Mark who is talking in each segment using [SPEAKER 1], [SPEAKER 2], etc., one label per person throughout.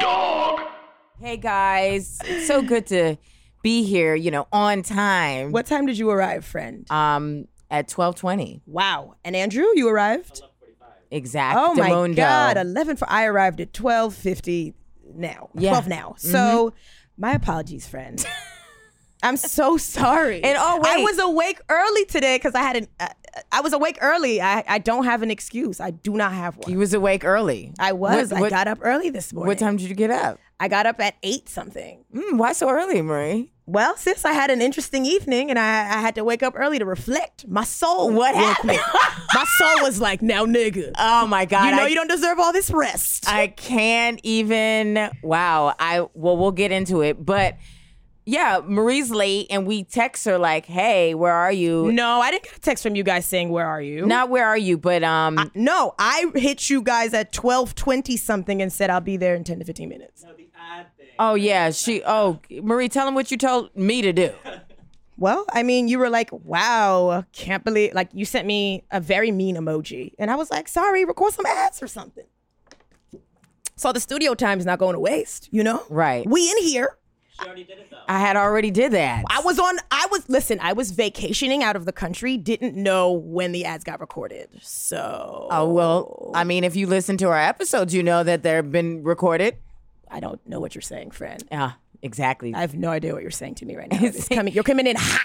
[SPEAKER 1] Dog.
[SPEAKER 2] Hey guys, it's so good to be here, you know, on time.
[SPEAKER 3] What time did you arrive, friend?
[SPEAKER 2] Um at 12:20.
[SPEAKER 3] Uh, wow. And Andrew, you arrived?
[SPEAKER 2] Exact.
[SPEAKER 3] Oh my
[SPEAKER 2] Demondo.
[SPEAKER 3] god, 11 for I arrived at 12:50 now.
[SPEAKER 2] Yeah.
[SPEAKER 3] 12 now. So, my apologies, friend. I'm so sorry.
[SPEAKER 2] And oh,
[SPEAKER 3] I
[SPEAKER 2] wait.
[SPEAKER 3] was awake early today cuz I had an uh, I was awake early. I, I don't have an excuse. I do not have one.
[SPEAKER 2] You was awake early.
[SPEAKER 3] I was.
[SPEAKER 2] What,
[SPEAKER 3] I got up early this morning.
[SPEAKER 2] What time did you get up?
[SPEAKER 3] I got up at 8 something.
[SPEAKER 2] Mm, why so early, Marie?
[SPEAKER 3] Well, sis, I had an interesting evening and I, I had to wake up early to reflect. My soul.
[SPEAKER 2] What
[SPEAKER 3] woke
[SPEAKER 2] happened?
[SPEAKER 3] me. My soul was like, now, nigga.
[SPEAKER 2] Oh my god.
[SPEAKER 3] you know
[SPEAKER 2] I,
[SPEAKER 3] you don't deserve all this rest.
[SPEAKER 2] I can't even. Wow. I well, we'll get into it, but yeah, Marie's late and we text her like, "Hey, where are you?"
[SPEAKER 3] no, I didn't get a text from you guys saying where are you.
[SPEAKER 2] Not where are you, but um
[SPEAKER 3] no, I hit you guys at twelve twenty something and said I'll be there in ten to fifteen minutes.
[SPEAKER 2] oh yeah, she oh, Marie, tell him what you told me to do.
[SPEAKER 3] Well, I mean, you were like, "Wow, can't believe!" Like you sent me a very mean emoji, and I was like, "Sorry, record some ads or something." So the studio time is not going to waste, you know?
[SPEAKER 2] Right.
[SPEAKER 3] We in here.
[SPEAKER 2] I had already did that.
[SPEAKER 3] I was on. I was listen. I was vacationing out of the country. Didn't know when the ads got recorded. So
[SPEAKER 2] Oh well, I mean, if you listen to our episodes, you know that they've been recorded.
[SPEAKER 3] I don't know what you're saying, friend.
[SPEAKER 2] Yeah, exactly.
[SPEAKER 3] I have no idea what you're saying to me right now. It's coming. You're coming in hot.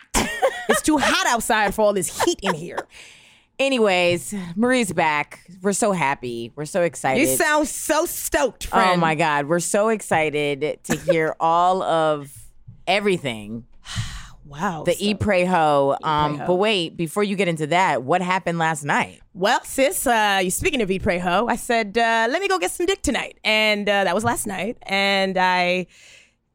[SPEAKER 3] it's too hot outside for all this heat in here.
[SPEAKER 2] Anyways, Marie's back. We're so happy. We're so excited.
[SPEAKER 3] You sound so stoked, friend.
[SPEAKER 2] oh my god, we're so excited to hear all of everything.
[SPEAKER 3] Wow.
[SPEAKER 2] The
[SPEAKER 3] so-
[SPEAKER 2] E Pray Ho. Um, but wait, before you get into that, what happened last night?
[SPEAKER 3] well, sis, uh, you speaking of Eat Pray Ho, I said uh, let me go get some dick tonight, and uh, that was last night, and I.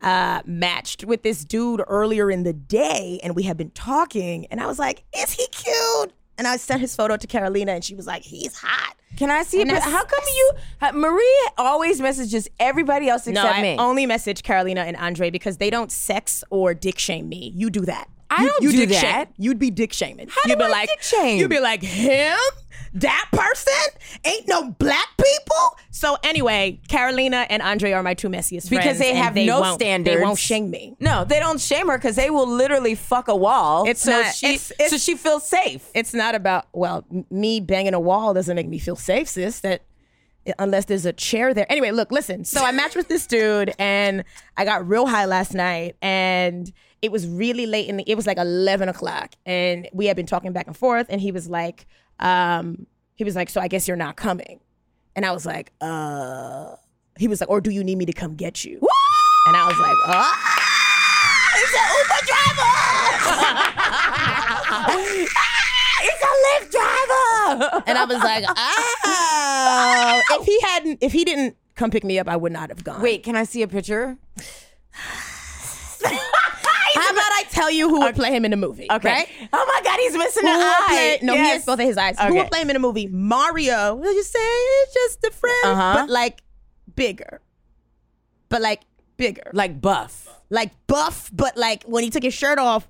[SPEAKER 3] Uh, matched with this dude earlier in the day, and we had been talking, and I was like, "Is he cute?" And I sent his photo to Carolina, and she was like, "He's hot."
[SPEAKER 2] Can I see?
[SPEAKER 3] And
[SPEAKER 2] But
[SPEAKER 3] that's-
[SPEAKER 2] how come you, uh, Marie, always messages everybody else
[SPEAKER 3] No,
[SPEAKER 2] except
[SPEAKER 3] I
[SPEAKER 2] me?
[SPEAKER 3] only message Carolina and Andre because they don't sex or dick shame me. You do that.
[SPEAKER 2] I
[SPEAKER 3] You-
[SPEAKER 2] don't
[SPEAKER 3] you
[SPEAKER 2] do
[SPEAKER 3] dick shame-
[SPEAKER 2] that.
[SPEAKER 3] You'd be dick shaming.
[SPEAKER 2] How
[SPEAKER 3] you'd
[SPEAKER 2] do
[SPEAKER 3] be
[SPEAKER 2] I
[SPEAKER 3] like,
[SPEAKER 2] dick shame?
[SPEAKER 3] You'd be like him. That person ain't no black people. So anyway, Carolina and Andre are my two messiest friends
[SPEAKER 2] because they
[SPEAKER 3] and
[SPEAKER 2] have no
[SPEAKER 3] won't-
[SPEAKER 2] standards.
[SPEAKER 3] They won't shame me.
[SPEAKER 2] No, they don't shame her because they will literally fuck a wall.
[SPEAKER 3] It's
[SPEAKER 2] so
[SPEAKER 3] not-
[SPEAKER 2] she
[SPEAKER 3] it's- it's-
[SPEAKER 2] so she feels safe.
[SPEAKER 3] It's not about well, m- me banging a wall doesn't make me feel safe, sis. That eh, unless there's a chair there. Anyway, look, listen. So I matched with this dude and I got real high last night and it was really late in the it was like eleven o'clock. And we had been talking back and forth and he was like, um, he was like, So I guess you're not coming. And I was like, uh he was like, or do you need me to come get you? And I was like, ah, it's an Uber driver. it's a Lyft driver. And I was like,
[SPEAKER 2] Uh,
[SPEAKER 3] oh. If he hadn't, if he didn't come pick me up, I would not have gone.
[SPEAKER 2] Wait, can I see a picture?
[SPEAKER 3] how about I tell you who would play him in the movie?
[SPEAKER 2] Okay.
[SPEAKER 3] right?
[SPEAKER 2] Oh my God, he's missing
[SPEAKER 3] Who
[SPEAKER 2] an
[SPEAKER 3] will
[SPEAKER 2] eye.
[SPEAKER 3] play? No, he
[SPEAKER 2] Yes.
[SPEAKER 3] has both of his eyes. Who
[SPEAKER 2] Okay.
[SPEAKER 3] will play him in the movie? Mario. Will you say it's just a friend,
[SPEAKER 2] Uh-huh.
[SPEAKER 3] but like bigger, but like bigger,
[SPEAKER 2] Like buff.
[SPEAKER 3] like buff, but like when he took his shirt off,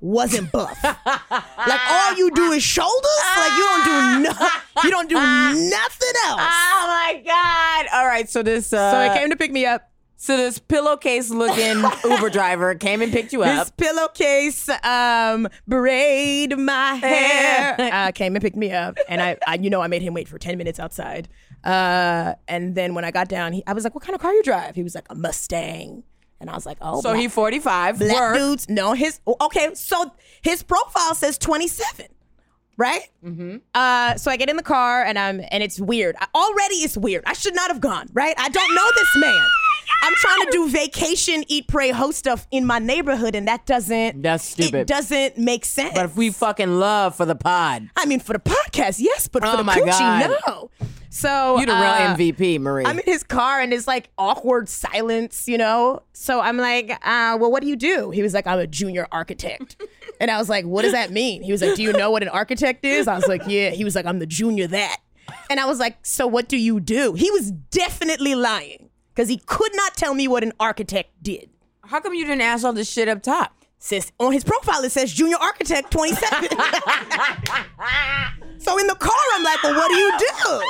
[SPEAKER 3] wasn't buff. like all you do is shoulders. Like you don't do no, you don't do nothing else.
[SPEAKER 2] Oh my God. All right, so this uh, so,
[SPEAKER 3] so he came to pick me up.
[SPEAKER 2] this pillowcase looking Uber driver came and picked you up.
[SPEAKER 3] This pillowcase, um, braid my hair. uh, came and picked me up, and I, I, you know, I made him wait for ten minutes outside. Uh, and then when I got down, he, I was like, "What kind of car you drive?" He was like, "A Mustang," and I was like, "Oh,
[SPEAKER 2] So
[SPEAKER 3] black-
[SPEAKER 2] he 45.
[SPEAKER 3] black
[SPEAKER 2] work.
[SPEAKER 3] dudes." No, his okay. So his profile says twenty seven. Right. Mm-hmm. Uh, so I get in the car and I'm and it's weird. I, already it's weird. I should not have gone. Right. I don't know this man. I'm trying to do vacation, eat, pray, host stuff in my neighborhood, and that doesn't.
[SPEAKER 2] That's
[SPEAKER 3] It
[SPEAKER 2] stupid.
[SPEAKER 3] doesn't make sense.
[SPEAKER 2] But if we fucking love for the pod,
[SPEAKER 3] I mean, for the podcast, yes, but for
[SPEAKER 2] Oh
[SPEAKER 3] the
[SPEAKER 2] my
[SPEAKER 3] coochie,
[SPEAKER 2] God.
[SPEAKER 3] no. So
[SPEAKER 2] you the
[SPEAKER 3] uh,
[SPEAKER 2] real MVP, Marie.
[SPEAKER 3] I'm in his car and it's like awkward silence, you know? So I'm like, uh, well, what do you do? He was like, I'm a junior architect. and I was like, what does that mean? He was like, do you know what an architect is? I was like, yeah. He was like, I'm the junior that. And I was like, so what do you do? He was definitely lying because he could not tell me what an architect did.
[SPEAKER 2] How come you didn't ask all this shit up top?
[SPEAKER 3] Sis, on his profile, it says junior architect 27. so in the car, I'm like, well, what do you do?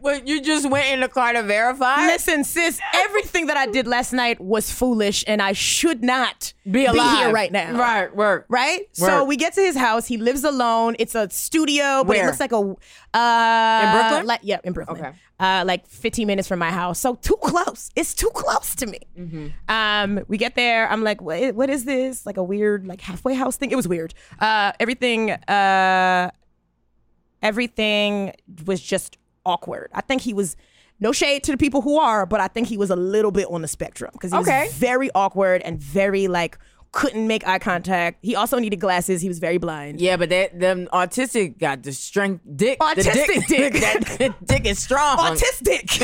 [SPEAKER 2] Well, you just went in the car to verify.
[SPEAKER 3] Listen, sis, everything that I did last night was foolish and I should not
[SPEAKER 2] be alive
[SPEAKER 3] here right now.
[SPEAKER 2] Right, work.
[SPEAKER 3] Right? So
[SPEAKER 2] Word.
[SPEAKER 3] we get to his house. He lives alone. It's a studio, but it
[SPEAKER 2] Where?
[SPEAKER 3] looks like a uh
[SPEAKER 2] In Brooklyn?
[SPEAKER 3] like- yeah, in Brooklyn.
[SPEAKER 2] Okay.
[SPEAKER 3] Uh like 15 minutes from my house. So too close. It's too close to me.
[SPEAKER 2] Mm-hmm.
[SPEAKER 3] Um we get there. I'm like, "What what is this? Like a weird like halfway house thing." It was weird. Uh everything uh everything was just awkward. I think he was no shade to the people who are, but I think he was a little bit on the spectrum because he
[SPEAKER 2] Okay.
[SPEAKER 3] was very awkward and very like couldn't make eye contact. He also needed glasses. He was very blind.
[SPEAKER 2] Yeah, but that them autistic got the strength dick. the dick.
[SPEAKER 3] Autistic dick.
[SPEAKER 2] that, that dick is strong.
[SPEAKER 3] Autistic.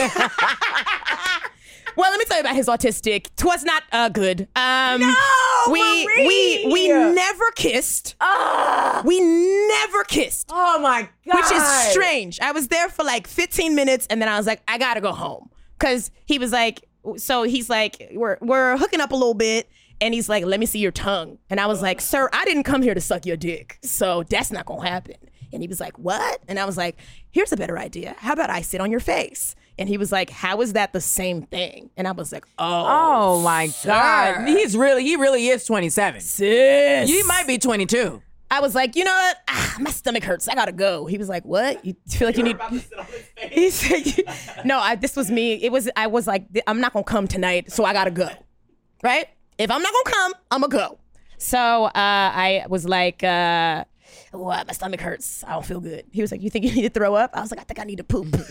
[SPEAKER 3] well, let me tell you about his autistic. Twas not uh, good. Um,
[SPEAKER 2] No,
[SPEAKER 3] we we we
[SPEAKER 2] Marie!
[SPEAKER 3] never kissed.
[SPEAKER 2] Ah!
[SPEAKER 3] We never kissed.
[SPEAKER 2] oh my god.
[SPEAKER 3] which is strange. I was there for like 15 minutes, and then I was like, I gotta go home because he was like, so he's like, we're we're hooking up a little bit, and he's like, let me see your tongue, and I was like, sir, I didn't come here to suck your dick, so that's not gonna happen. And he was like, what? And I was like, here's a better idea. How about I sit on your face? And he was like, how is that the same thing? And I was like, oh,
[SPEAKER 2] Oh my god. He's really he really is 27.
[SPEAKER 3] sis.
[SPEAKER 2] He might be 22.
[SPEAKER 3] I was like, you know what? Ah, my stomach hurts. I gotta go. He was like, what? You feel like you, need? He said, no. I, this was me. It was. I was like, I'm not gonna come tonight, so I gotta go. Right? If I'm not gonna come, I'ma go. So uh, I was like, uh, what? My stomach hurts. I don't feel good. He was like, you think you need to throw up? I was like, I think I need to poop.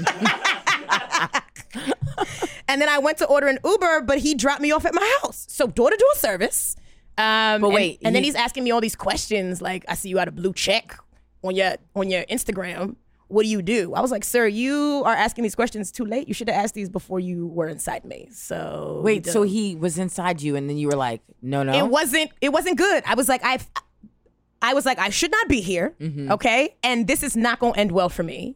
[SPEAKER 3] and then I went to order an Uber, but he dropped me off at my house. So door to door service. Um,
[SPEAKER 2] But
[SPEAKER 3] and-
[SPEAKER 2] wait,
[SPEAKER 3] and, then
[SPEAKER 2] he-
[SPEAKER 3] he's asking me all these questions. Like, I see you had a blue check on your on your Instagram. What do you do? I was like, sir, you are asking these questions too late. You should have asked these before you were inside me. So
[SPEAKER 2] Wait, so he was inside you and then you were like, "No, no."
[SPEAKER 3] it wasn't it wasn't good. I was like, I've I was like, I should not be here.
[SPEAKER 2] Mm-hmm.
[SPEAKER 3] Okay. And this is not gonna end well for me.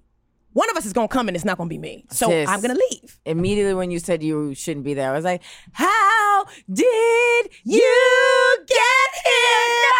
[SPEAKER 3] One of us is gonna come and it's not gonna be me. So
[SPEAKER 2] Sis.
[SPEAKER 3] I'm gonna leave.
[SPEAKER 2] Immediately when you said you shouldn't be there, I was like, "How did you get here?"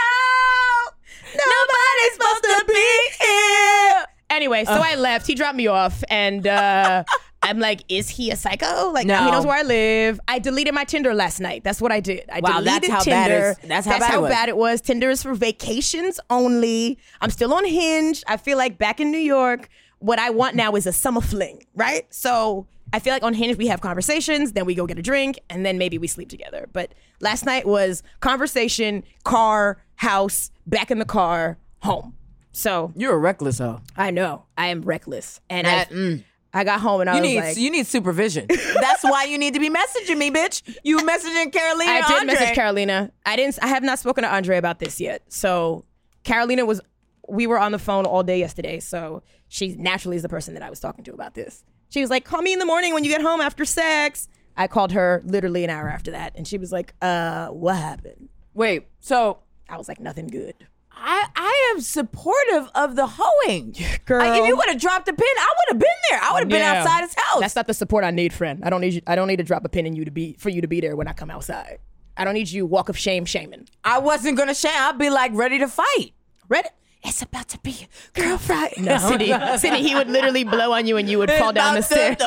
[SPEAKER 3] Nobody's supposed to be here. Anyway, so I left. He dropped me off, and uh, I'm like, "Is he a psycho? Like,
[SPEAKER 2] No.
[SPEAKER 3] he knows where I live." I deleted my Tinder last night. That's what I did. I
[SPEAKER 2] Wow, that's
[SPEAKER 3] deleted
[SPEAKER 2] how bad
[SPEAKER 3] Tinder.
[SPEAKER 2] it's- that's how bad it was.
[SPEAKER 3] bad it was. Tinder is for vacations only. I'm still on Hinge. I feel like back in New York, what I want now is a summer fling, right? So I feel like on Hinge we have conversations, then we go get a drink, and then maybe we sleep together. But last night was conversation, car, house, back in the car, home. So
[SPEAKER 2] You're a reckless hoe.
[SPEAKER 3] I know I am reckless, and
[SPEAKER 2] That-
[SPEAKER 3] I I got home and I
[SPEAKER 2] You
[SPEAKER 3] was
[SPEAKER 2] need
[SPEAKER 3] like,
[SPEAKER 2] you need supervision. That's why you need to be messaging me, bitch. You messaging Carolina.
[SPEAKER 3] I did
[SPEAKER 2] Andre.
[SPEAKER 3] message Carolina. I didn't. I have not spoken to Andre about this yet. So Carolina was. We were on the phone all day yesterday, so she naturally is the person that I was talking to about this. She was like, "Call me in the morning when you get home after sex." I called her literally an hour after that, and she was like, "Uh, what happened?"
[SPEAKER 2] Wait, so
[SPEAKER 3] I was like, "Nothing good."
[SPEAKER 2] I I am supportive of the hoeing.
[SPEAKER 3] Girl.
[SPEAKER 2] I- if you would have dropped the pin, I would have been there. I would have been
[SPEAKER 3] Yeah.
[SPEAKER 2] outside his house.
[SPEAKER 3] That's not the support I need, friend. I don't need. You, I don't need to drop a pin in you to be for you to be there when I come outside. I don't need you walk of shame shaming.
[SPEAKER 2] I wasn't gonna shame. I'd be like ready to fight.
[SPEAKER 3] Ready?
[SPEAKER 2] It's about to be girl fright.
[SPEAKER 3] No, Sydney, Sydney, he would literally blow on you and you would fall down the stairs.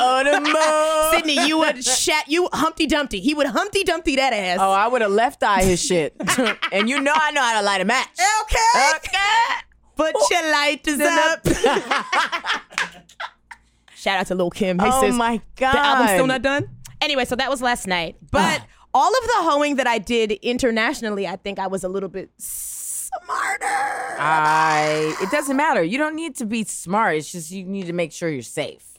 [SPEAKER 2] oh,
[SPEAKER 3] Sydney, you would shat you Humpty Dumpty. He would Humpty Dumpty that ass.
[SPEAKER 2] Oh, I would have left eye his shit. and you know I know how to light a match.
[SPEAKER 3] okay.
[SPEAKER 2] Okay.
[SPEAKER 3] Put your lighters up. Shout out to Lil Kim. Hey,
[SPEAKER 2] Oh
[SPEAKER 3] sis,
[SPEAKER 2] my
[SPEAKER 3] The album's still
[SPEAKER 2] God. Ah.
[SPEAKER 3] not done? Anyway, so that was last night. But all of the hoeing that I did internationally, I think I was a little bit smarter.
[SPEAKER 2] I. It doesn't matter. You don't need to be smart. It's just you need to make sure you're safe.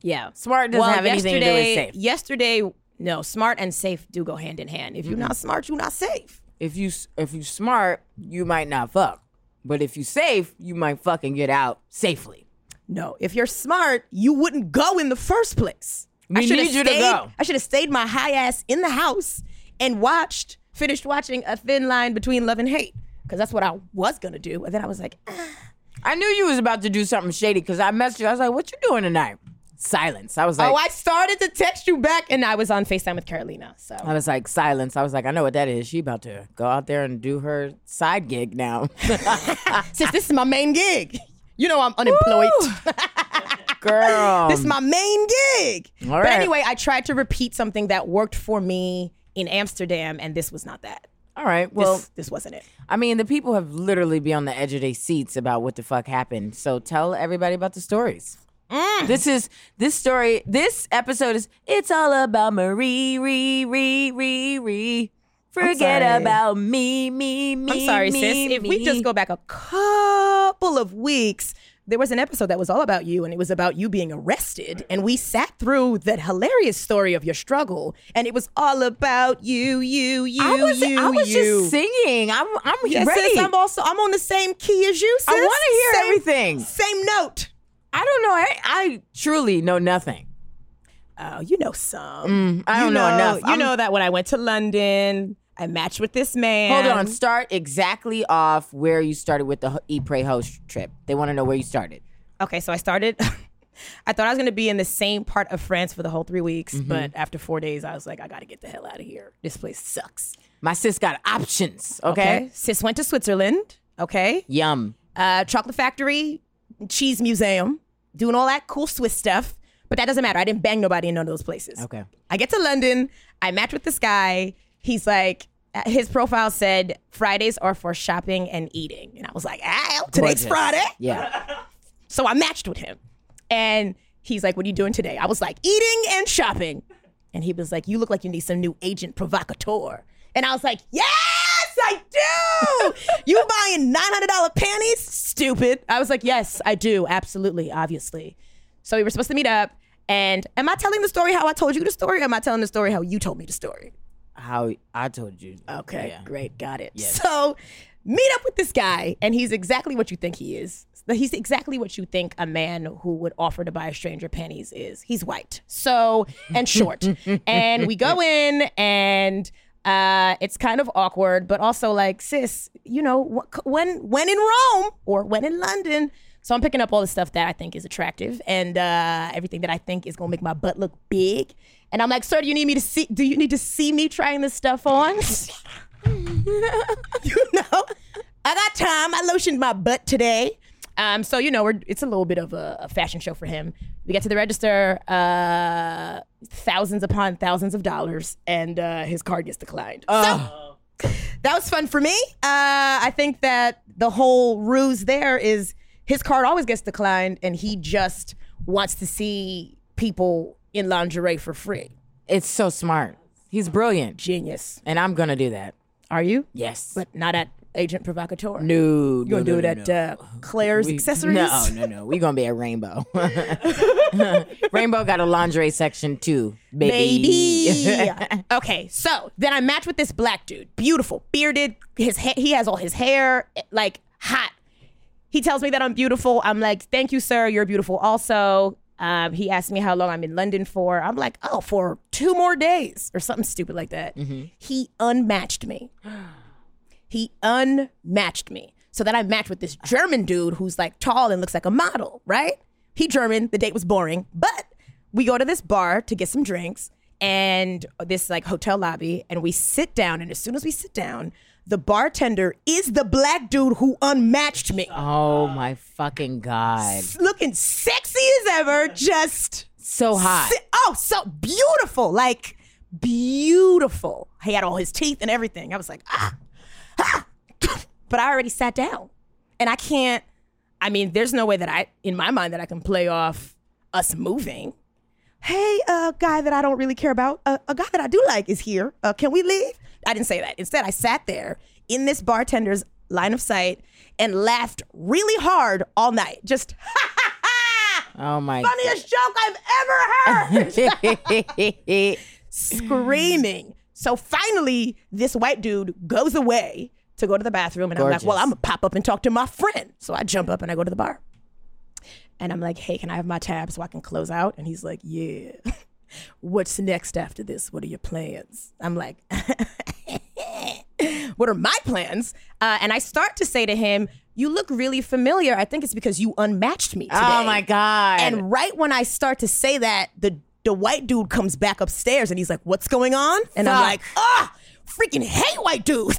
[SPEAKER 3] Yeah.
[SPEAKER 2] Smart doesn't
[SPEAKER 3] well,
[SPEAKER 2] have anything to do with
[SPEAKER 3] yesterday,
[SPEAKER 2] safe.
[SPEAKER 3] Yesterday, no, smart and safe do go hand in hand. If
[SPEAKER 2] Mm-hmm.
[SPEAKER 3] you're not smart, you're not safe.
[SPEAKER 2] If you s- if you smart, you might not fuck. But if you safe, you might fucking get out safely.
[SPEAKER 3] No, if you're smart, you wouldn't go in the first place.
[SPEAKER 2] We
[SPEAKER 3] shoulda
[SPEAKER 2] need you to
[SPEAKER 3] stayed,
[SPEAKER 2] go.
[SPEAKER 3] I should have stayed my high ass in the house and watched, finished watching A Thin Line Between Love and Hate. Because that's what I was going to do. And then I was like, oh,
[SPEAKER 2] I knew you was about to do something shady because I messaged you. I was like, "What you doing tonight?" Silence. I was like,
[SPEAKER 3] oh, I started to text you back. And I was on FaceTime with Carolina. So
[SPEAKER 2] I was like, silence. I was like, I know what that is. She about to go out there and do her side gig now.
[SPEAKER 3] since this is my main gig, you know I'm unemployed.
[SPEAKER 2] Girl.
[SPEAKER 3] This is my main gig.
[SPEAKER 2] All
[SPEAKER 3] But
[SPEAKER 2] right.
[SPEAKER 3] anyway, I tried to repeat something that worked for me in Amsterdam, and this was not that.
[SPEAKER 2] All right.
[SPEAKER 3] This,
[SPEAKER 2] Well,
[SPEAKER 3] this wasn't it.
[SPEAKER 2] I mean, the people have literally be on the edge of their seats about what the fuck happened. So tell everybody about the stories.
[SPEAKER 3] Mm.
[SPEAKER 2] This is this story. This episode is it's all about Marie, re, re, re, re. Forget
[SPEAKER 3] sorry.
[SPEAKER 2] about me, me, me.
[SPEAKER 3] I'm sorry,
[SPEAKER 2] me,
[SPEAKER 3] sis. If we just
[SPEAKER 2] me.
[SPEAKER 3] go back a couple of weeks, there was an episode that was all about you, and it was about you being arrested. And we sat through that hilarious story of your struggle, and it was all about you, you, you,
[SPEAKER 2] I was,
[SPEAKER 3] you,
[SPEAKER 2] I was
[SPEAKER 3] you.
[SPEAKER 2] just singing. I'm, I'm
[SPEAKER 3] Yes,
[SPEAKER 2] ready.
[SPEAKER 3] sis, I'm also I'm on the same key as you. Sis.
[SPEAKER 2] I wanna hear
[SPEAKER 3] Same-
[SPEAKER 2] everything.
[SPEAKER 3] Same note.
[SPEAKER 2] I don't know. I, I truly know nothing.
[SPEAKER 3] Oh, you know some.
[SPEAKER 2] Mm, I don't
[SPEAKER 3] you
[SPEAKER 2] know enough.
[SPEAKER 3] You
[SPEAKER 2] I'm-
[SPEAKER 3] know that when I went to London, I matched with this man.
[SPEAKER 2] Hold on. Start exactly off where you started with the ho- Eat Pray Host trip. They want to know where you started.
[SPEAKER 3] Okay, so I started. I thought I was going to be in the same part of France for the whole three weeks,
[SPEAKER 2] Mm-hmm.
[SPEAKER 3] but after four days, I was like, I got to get the hell out of here. This place sucks.
[SPEAKER 2] My sis got options. Okay.
[SPEAKER 3] Sis went to Switzerland. Okay.
[SPEAKER 2] Yum.
[SPEAKER 3] Uh, chocolate factory, cheese museum, doing all that cool Swiss stuff. But that doesn't matter. I didn't bang nobody in none of those places.
[SPEAKER 2] Okay.
[SPEAKER 3] I get to London. I match with this guy. He's like, uh, his profile said Fridays are for shopping and eating, and I was like, "Ow, today's
[SPEAKER 2] Gorgeous.
[SPEAKER 3] Friday."
[SPEAKER 2] Yeah.
[SPEAKER 3] So I matched with him, and he's like, "What are you doing today?" I was like, "Eating and shopping," and he was like, "You look like you need some new agent provocateur," and I was like, "Yes." I do. you buying nine hundred dollar panties? Stupid. I was like, yes, I do. Absolutely, obviously. So we were supposed to meet up. And am I telling the story how I told you the story? Or am I telling the story how you told me the story?
[SPEAKER 2] How I told you.
[SPEAKER 3] Okay,
[SPEAKER 2] Yeah.
[SPEAKER 3] great, got it. So meet up with this guy, and he's exactly what you think he is. He's exactly what you think a man who would offer to buy a stranger panties is. He's white, so and short, and we go in, and uh, it's kind of awkward, but also like, sis, you know, wh- when when in Rome or when in London. So I'm picking up all the stuff that I think is attractive and uh, everything that I think is gonna make my butt look big. And I'm like, sir, do you need me to see? Do you need to see me trying this stuff on? you know, I got time. I lotioned my butt today. Um, so you know, we're, it's a little bit of a, a fashion show for him. We get to the register, uh, thousands upon thousands of dollars, and uh, his card gets declined. Oh. So that was fun for me. Uh, I think that the whole ruse there is his card always gets declined, and he just wants to see people in lingerie for free.
[SPEAKER 2] It's so smart. He's brilliant.
[SPEAKER 3] Genius.
[SPEAKER 2] And I'm gonna do that.
[SPEAKER 3] Are you?
[SPEAKER 2] Yes.
[SPEAKER 3] But not at Agent Provocateur.
[SPEAKER 2] no.
[SPEAKER 3] You
[SPEAKER 2] no,
[SPEAKER 3] gonna do it
[SPEAKER 2] no,
[SPEAKER 3] at
[SPEAKER 2] no.
[SPEAKER 3] uh, Claire's accessories?
[SPEAKER 2] No, no, no. We gonna be at Rainbow. Rainbow got a lingerie section too,
[SPEAKER 3] baby. okay, so then I match with this black dude, beautiful, bearded. His ha- he has all his hair eh, like hot. He tells me that I'm beautiful. I'm like, thank you, sir. You're beautiful. Also, um, he asked me how long I'm in London for. I'm like, oh, for two more days or something stupid like that.
[SPEAKER 2] Mm-hmm.
[SPEAKER 3] He unmatched me. He unmatched me. So then I matched with this German dude who's like tall and looks like a model, right? He German. The date was boring, but we go to this bar to get some drinks and this like hotel lobby, and we sit down. And as soon as we sit down, the bartender is the black dude who unmatched me,
[SPEAKER 2] Oh my fucking god.
[SPEAKER 3] looking sexy as ever, just
[SPEAKER 2] So hot.
[SPEAKER 3] si- oh, so beautiful, like beautiful. He had all his teeth and everything. I was like, ah, ah. but I already sat down, and I can't. I mean, there's no way that I, in my mind, that I can play off. us moving. Hey, a uh, guy that I don't really care about, uh, a guy that I do like is here. Uh, can we leave? I didn't say that. Instead, I sat there in this bartender's line of sight and laughed really hard all night. Just
[SPEAKER 2] Oh my Oh
[SPEAKER 3] funniest joke I've ever heard.
[SPEAKER 2] god.
[SPEAKER 3] screaming. So finally, this white dude goes away to go to the bathroom, and I'm like,
[SPEAKER 2] Gorgeous.
[SPEAKER 3] "Well, I'm gonna pop up and talk to my friend." So I jump up and I go to the bar, and I'm like, "Hey, can I have my tab so I can close out?" And he's like, "Yeah." What's next after this? What are your plans? I'm like, what are my plans? Uh, and I start to say to him, "You look really familiar. I think it's because you unmatched me today."
[SPEAKER 2] Oh my god.
[SPEAKER 3] And right when I start to say that, the the white dude comes back upstairs and he's like, "What's going on?" And I'm
[SPEAKER 2] Fuck. Eh.
[SPEAKER 3] like, "Ah, freaking hate white dudes."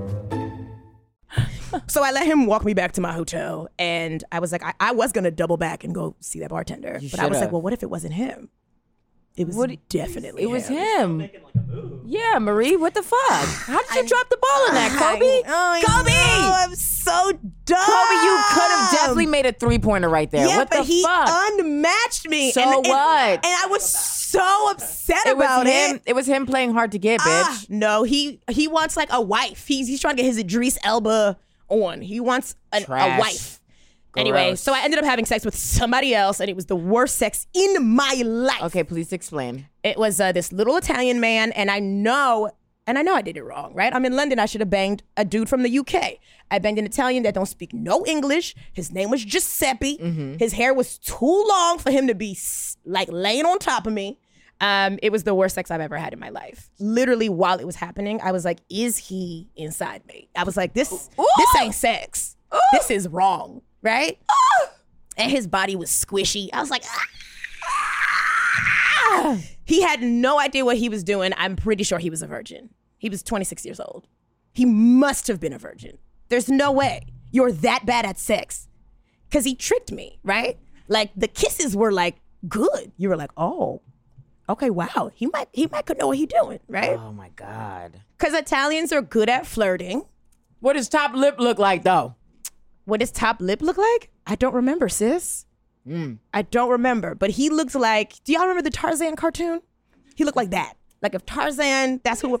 [SPEAKER 3] so I let him walk me back to my hotel, and I was like, I, I was gonna double back and go see that bartender, but I was
[SPEAKER 2] should've.
[SPEAKER 3] like, well, what if it wasn't him? It was
[SPEAKER 2] What-
[SPEAKER 3] definitely
[SPEAKER 2] it was him. Yeah, Marie, what the fuck? How did you drop the ball in that, Kobe?
[SPEAKER 3] Oh, I
[SPEAKER 2] Kobe!
[SPEAKER 3] know, I'm so dumb.
[SPEAKER 2] Kobe, you could have definitely made a three pointer right there.
[SPEAKER 3] Yeah,
[SPEAKER 2] what
[SPEAKER 3] but
[SPEAKER 2] the
[SPEAKER 3] he
[SPEAKER 2] fuck?
[SPEAKER 3] unmatched me.
[SPEAKER 2] So
[SPEAKER 3] and, and-
[SPEAKER 2] what?
[SPEAKER 3] And I was so upset
[SPEAKER 2] it was
[SPEAKER 3] about
[SPEAKER 2] him.
[SPEAKER 3] it.
[SPEAKER 2] It. was him playing hard to get,
[SPEAKER 3] Ah,
[SPEAKER 2] bitch.
[SPEAKER 3] no, he he wants like a wife. He's he's trying to get his Idris Elba on. He wants an, a
[SPEAKER 2] Trash.
[SPEAKER 3] wife. Anyway,
[SPEAKER 2] Gross.
[SPEAKER 3] so I ended up having sex with somebody else, and it was the worst sex in my life.
[SPEAKER 2] Okay, please explain.
[SPEAKER 3] It was uh, this little Italian man, and I know, and I know I did it wrong, right? I'm in London. I should have banged a dude from the UK. I banged an Italian that don't speak no English. His name was Giuseppe. His hair was too long for him to be s- like laying on top of me. Um, it was the worst sex I've ever had in my life. Literally, while it was happening, I was like, "Is he inside me?" I was like, "This, this ain't sex. This is wrong, right?" And his body was squishy. I was like, "Ah." He had no idea what he was doing. I'm pretty sure he was a virgin. He was 26 years old. He must have been a virgin. There's no way you're that bad at sex. Cause he tricked me, right? Like the kisses were like good. You were like, oh, okay, wow. He might he might could know what he doing, right?
[SPEAKER 2] Oh my god.
[SPEAKER 3] Cause Italians are good at flirting.
[SPEAKER 2] What does top lip look like though?
[SPEAKER 3] What does top lip look like? I don't remember, sis. I don't remember. But he looked like. Do y'all remember the Tarzan cartoon? He looked like that. Like if Tarzan, that's who.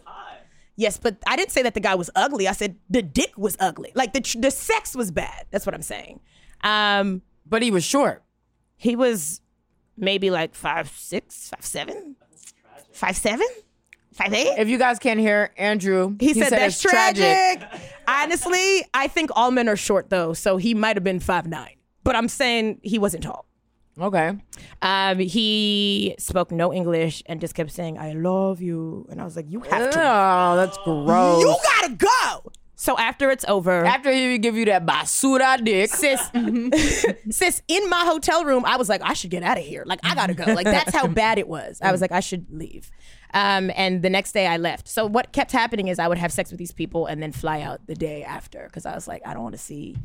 [SPEAKER 3] Yes, but I didn't say that the guy was ugly. I said the dick was ugly. Like the the sex was bad. That's what I'm saying. Um,
[SPEAKER 2] But he was short.
[SPEAKER 3] he was maybe like five six, five seven, five seven, five eight.
[SPEAKER 2] If you guys can't hear Andrew,
[SPEAKER 3] He, said, that's
[SPEAKER 2] it's
[SPEAKER 3] tragic. Honestly, I think all men are short though, so he might have been five nine. But I'm saying he wasn't tall.
[SPEAKER 2] Okay.
[SPEAKER 3] Um, he spoke no English and just kept saying, "I love you," and I was like, "You have to,
[SPEAKER 2] Oh, that's gross.
[SPEAKER 3] you gotta go." So after it's over,
[SPEAKER 2] After he give you that basura dick,
[SPEAKER 3] sis, sis, in my hotel room, I was like, I should get out of here. Like, I gotta go. Like, that's how bad it was. I was like, I should leave. Um, and the next day I left. So what kept happening is I would have sex with these people and then fly out the day after because I was like, I don't want to see